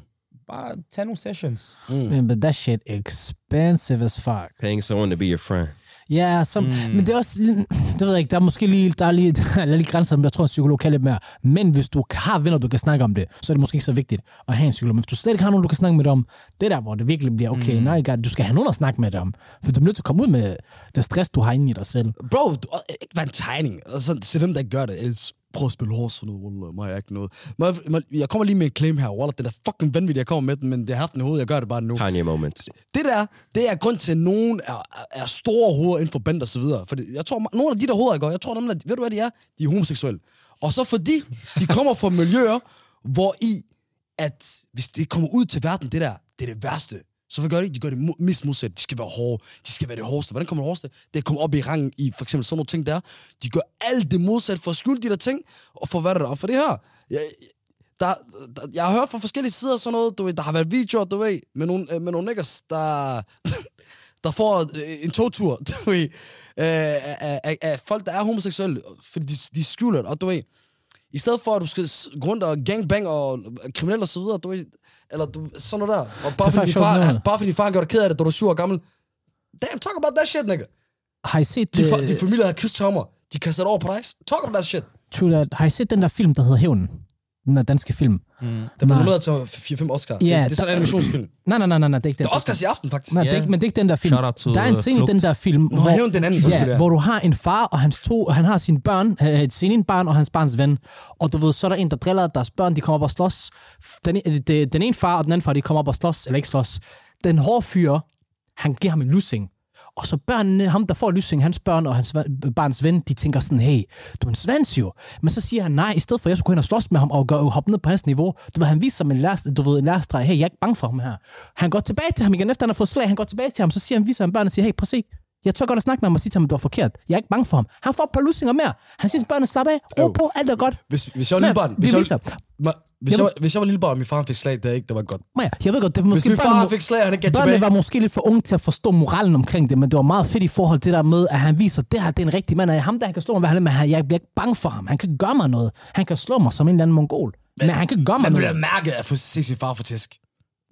[SPEAKER 4] Bare tag nogle sessions.
[SPEAKER 2] Men but that shit expensive as fuck.
[SPEAKER 3] Paying someone to be your friend.
[SPEAKER 2] Ja, som, mm. men det er også, det ved jeg ikke, der er måske lige, der er lige, der er lige grænser, men jeg tror, en psykolog kan lidt mere. Men hvis du har venner, du kan snakke om det, så er det måske ikke så vigtigt at have en psykolog. Men hvis du slet ikke har nogen, du kan snakke med det om, det er der, hvor det virkelig bliver, okay, mm. nej, God, du skal have nogen at snakke med det om. For du bliver nødt til at komme ud med det stress, du har inde i dig selv.
[SPEAKER 1] Bro, du, og ikke være en tegning. Og så til dem, der ikke gør det. "Eh, Prøv at spille hårdt sådan noget, wallah, mig er ikke noget. Må jeg- må- Jeg kommer lige med en claim her, wallah, det er da fucking vanvittigt, jeg kommer med den, men det har haft den i hovedet, jeg gør det bare nu.
[SPEAKER 3] Kanye moments.
[SPEAKER 1] Det der, det er grund til, at nogen er, er- er store hoveder inden for band og så videre. For jeg tror, nogle af de der hoveder, jeg går, jeg tror, dem, der, ved du hvad de er? De er homoseksuelle. Og så fordi, de kommer fra miljøer, hvor i, at hvis det kommer ud til verden, det der, det er det værste. Så hvad gør de? De gør det mo- mest modsat. De skal være hårde. De skal være det hårdeste. Hvordan kommer det hårdeste? Det er at komme op i rangen i for eksempel sådan nogle ting der. De gør alt det modsat for at skjule de der ting, og for hvad der er. Og for det her, jeg, der, der, jeg har hørt fra forskellige sider sådan noget, du ved, der har været videoer, du ved, med nogle, øh, med nogle niggas, der, der får øh, en togtur, du ved, øh, af, af, af, folk, der er homoseksuelle, fordi de, de skjuler det, og du ved, I stedet for, at du skal s- gå rundt og gangbang og kriminel og så videre, du, ved- eller du, sådan noget der. Og bare fordi,
[SPEAKER 2] faktisk
[SPEAKER 1] din far,
[SPEAKER 2] sjovt,
[SPEAKER 1] bare fordi din far gør dig ked af det, da du er sur og gammel. Damn, talk about that shit, nigga.
[SPEAKER 2] Har I set,
[SPEAKER 1] De,
[SPEAKER 2] øh,
[SPEAKER 1] fa- de familie har kyst til mig. De kaster det over på dig. Talk about that shit.
[SPEAKER 2] true that, har I set den der film, der hedder Hævnen? Den der danske film.
[SPEAKER 4] Mm.
[SPEAKER 1] Den blev
[SPEAKER 2] Nej.
[SPEAKER 1] nomineret til 4-5 Oscar. Yeah, det, det,
[SPEAKER 2] Ja,
[SPEAKER 1] er sådan
[SPEAKER 2] der-
[SPEAKER 1] en animationsfilm.
[SPEAKER 2] Nej, nej, nej, nej, nej, det er ikke den.
[SPEAKER 1] Det er Oscars i aften, faktisk.
[SPEAKER 2] Nej, det er
[SPEAKER 4] Ja.
[SPEAKER 2] ikke, men det er ikke den der film.
[SPEAKER 4] Shout out to,
[SPEAKER 2] der er en
[SPEAKER 4] øh,
[SPEAKER 2] scene i
[SPEAKER 4] Flugt.
[SPEAKER 2] den der film,
[SPEAKER 1] Nå, hvor... hævn den anden, yeah,
[SPEAKER 2] Ja, hvor du har en far, og hans to, og han har sine børn, øh, sin ene barn og hans barns ven. Og du ved, så er der en, der driller deres børn, de kommer op og slås. Den, øh, de, den ene far og den anden far, de kommer op og slås, eller ikke slås. Den hårde fyr, han giver ham en lussing. Og så børnene, ham der får lussing, hans børn og hans va- barns ven, de tænker sådan, hey, du er en svans jo. Men så siger han, nej, i stedet for at jeg skulle gå hen og slås med ham og gøre, hoppe ned på hans niveau, du ved, han viser som en lærerstreg, du ved, en lærerstreg, hey, jeg er ikke bange for ham her. Han går tilbage til ham igen, efter han har fået slag, han går tilbage til ham, så siger han, viser han børnene og siger, hey, prøv at se, jeg tør godt at snakke med ham og sige til ham, at du var forkert. Jeg er ikke bange for ham. Han får et par lussinger mere. Han siger til børnene, slap af, ro
[SPEAKER 1] Øv.
[SPEAKER 2] på, alt er godt.
[SPEAKER 1] Hvis, hvis jeg var
[SPEAKER 2] Nej,
[SPEAKER 1] lille barn...
[SPEAKER 2] vi
[SPEAKER 1] Hvis jeg,
[SPEAKER 2] viser.
[SPEAKER 1] var- Ma- hvis, jeg
[SPEAKER 2] Jamen.
[SPEAKER 1] var, hvis jeg var lille barn, og min far fik slag, det er ikke, det var godt.
[SPEAKER 2] Maja, jeg ved godt, det var
[SPEAKER 1] Hvis
[SPEAKER 2] måske
[SPEAKER 1] min
[SPEAKER 2] børnene-
[SPEAKER 1] far fik slag, og han ikke gav tilbage...
[SPEAKER 2] Børnene var måske lidt for unge til at forstå moralen omkring det, men det var meget fedt i forhold til det der med, at han viser, at det her det er en rigtig mand, og ham der, han kan slå mig, hvad han vil, men han- jeg bliver ikke bange for ham. Han kan gøre mig noget. Han kan slå mig som en eller anden mongol. Men, han kan gøre mig
[SPEAKER 1] Man bliver
[SPEAKER 2] noget.
[SPEAKER 1] mærket af at få se sin far for tæsk.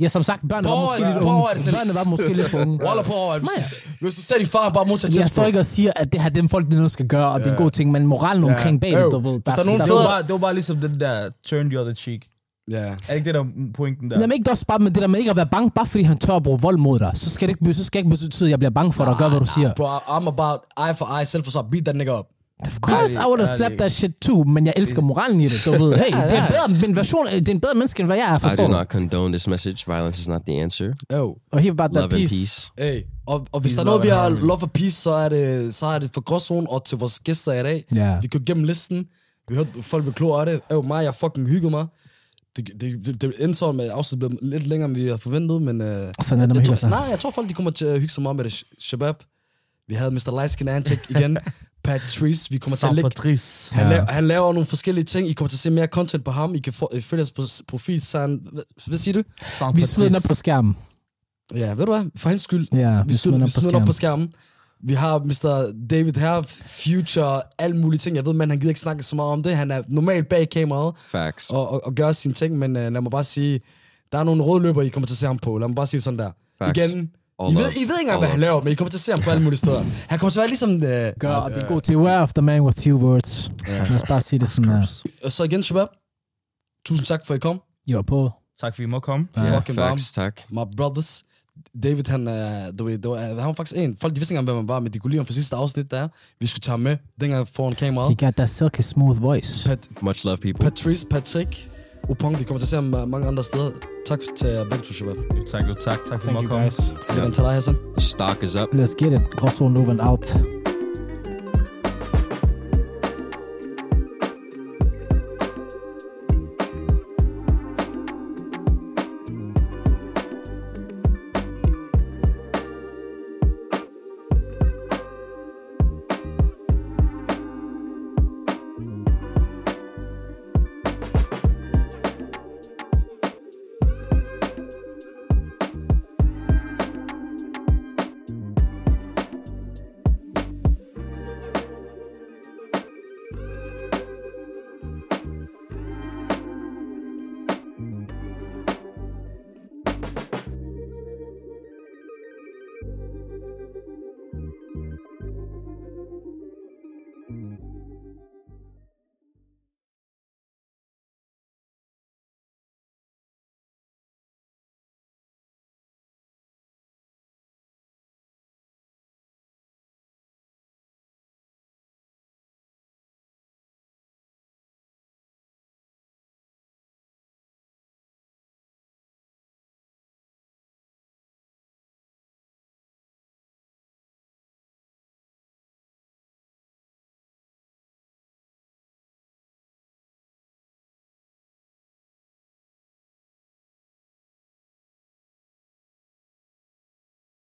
[SPEAKER 2] Ja, som sagt, børnene var
[SPEAKER 1] Borger-
[SPEAKER 2] måske lidt
[SPEAKER 1] borger er det
[SPEAKER 2] unge.
[SPEAKER 1] selv.
[SPEAKER 2] Børnene var måske lidt for unge.
[SPEAKER 1] Waller på over, at
[SPEAKER 2] Maja.
[SPEAKER 1] hvis du ser din far bare modtager
[SPEAKER 2] Jeg
[SPEAKER 1] tæsk på...
[SPEAKER 2] står ikke og siger, at det her dem folk, det er noget, skal gøre, og det er en god ting, men moralen omkring bag det,
[SPEAKER 1] Øv.
[SPEAKER 2] du ved.
[SPEAKER 1] Hvis der er nogen
[SPEAKER 4] Det var,
[SPEAKER 1] fædre-
[SPEAKER 4] bare, det var bare ligesom den der turn the other cheek.
[SPEAKER 1] Ja.
[SPEAKER 4] Er det ikke det der mm, pointen der?
[SPEAKER 2] Jamen ikke også bare med det der med ikke at være bange, bare fordi han tør at bruge vold mod dig. Så skal det ikke, så skal det ikke betyde, at jeg bliver bange for dig og gør, hvad du siger.
[SPEAKER 1] Bro, I'm about eye for eye, selvforsvar. Beat that nigga up.
[SPEAKER 2] Of course, I would have
[SPEAKER 4] ærlig.
[SPEAKER 2] slapped that shit too, men jeg elsker moralen i det. Du ved, hey, det er, bedre, min version, det er en bedre menneske, end hvad jeg er,
[SPEAKER 3] I
[SPEAKER 2] forstår
[SPEAKER 3] do
[SPEAKER 2] du?
[SPEAKER 3] not condone this message. Violence is not the answer.
[SPEAKER 1] Øv.
[SPEAKER 2] Og her bare der
[SPEAKER 3] Love and
[SPEAKER 2] peace.
[SPEAKER 3] peace.
[SPEAKER 1] Hey. Og, og hvis
[SPEAKER 4] Peace,
[SPEAKER 1] der er noget,
[SPEAKER 4] love
[SPEAKER 1] vi
[SPEAKER 4] and
[SPEAKER 1] har
[SPEAKER 4] harmony.
[SPEAKER 1] love for peace, så er det, så er det for gråzonen og til vores gæster i dag.
[SPEAKER 2] Ja.
[SPEAKER 1] Vi købte gennem listen. Vi hørte folk blev klogere af det. Øv mig, jeg fucking hyggede mig. Det, det, det, det endte så med, at afsnittet blev lidt længere, end vi havde forventet, men... Øh,
[SPEAKER 2] Sådan er det, man
[SPEAKER 1] jeg
[SPEAKER 2] hygger
[SPEAKER 1] tror,
[SPEAKER 2] sig.
[SPEAKER 1] nej, jeg tror folk, de kommer til at hygge sig meget med det. Sh- Shabab. Vi havde Mr. Lightskin Antic igen. Patrice, vi kommer til at lægge...
[SPEAKER 4] Patrice.
[SPEAKER 1] Han,
[SPEAKER 2] Ja.
[SPEAKER 1] ja. laver, han laver nogle forskellige ting. I kommer til at se mere content på ham. I kan få, øh, følge hans pro- profil, San... Hvad, hvad siger du?
[SPEAKER 2] Vi smider den op på skærmen.
[SPEAKER 1] Ja, ved du hvad? For hans skyld.
[SPEAKER 2] Ja,
[SPEAKER 1] vi smider, vi smider den op på skærmen. Vi har Mr. David her, Future, alle mulige ting. Jeg ved, man han gider ikke snakke så meget om det. Han er normalt bag kameraet
[SPEAKER 3] Facts.
[SPEAKER 1] og, og, og gør sine ting, men uh, lad mig bare sige, der er nogle røde løber, I kommer til at se ham på. Lad mig bare sige det sådan der.
[SPEAKER 3] Facts.
[SPEAKER 1] Igen,
[SPEAKER 3] All
[SPEAKER 1] I ved,
[SPEAKER 3] love.
[SPEAKER 1] I ved ikke engang,
[SPEAKER 3] All
[SPEAKER 1] hvad han
[SPEAKER 3] love.
[SPEAKER 1] laver, men I kommer til at se ham på alle mulige steder. Han kommer til at være ligesom... Uh,
[SPEAKER 2] Gør, og det er god til. Where of the man with few words. Lad os bare sige det sådan her.
[SPEAKER 1] så igen, Shabab. Tusind tak for, at I kom.
[SPEAKER 2] I var på.
[SPEAKER 4] Tak fordi I må komme.
[SPEAKER 1] Yeah,
[SPEAKER 3] Yeah,
[SPEAKER 1] fucking varm.
[SPEAKER 3] facts. Tak.
[SPEAKER 1] My brothers. David, han, er, du ved, det var, øh, han var faktisk en. Folk, de vidste ikke engang, hvem han var, men de kunne lide ham fra sidste afsnit, der er. Vi skulle tage ham med, dengang foran
[SPEAKER 2] He
[SPEAKER 1] kameraet.
[SPEAKER 2] got that silky smooth voice.
[SPEAKER 1] Pat,
[SPEAKER 3] Much love, people.
[SPEAKER 1] Patrice, Patrick, Upong, vi kommer til at se ham øh, mange andre steder. Tak til jer begge to, Shabab. Det
[SPEAKER 4] Jo, Tak, jo, tak. Tak fordi I
[SPEAKER 2] Thank
[SPEAKER 4] må
[SPEAKER 2] you
[SPEAKER 4] komme.
[SPEAKER 2] guys.
[SPEAKER 1] er til dig, Hassan.
[SPEAKER 3] Stock is up.
[SPEAKER 2] Let's get it. Gråzonen over and out.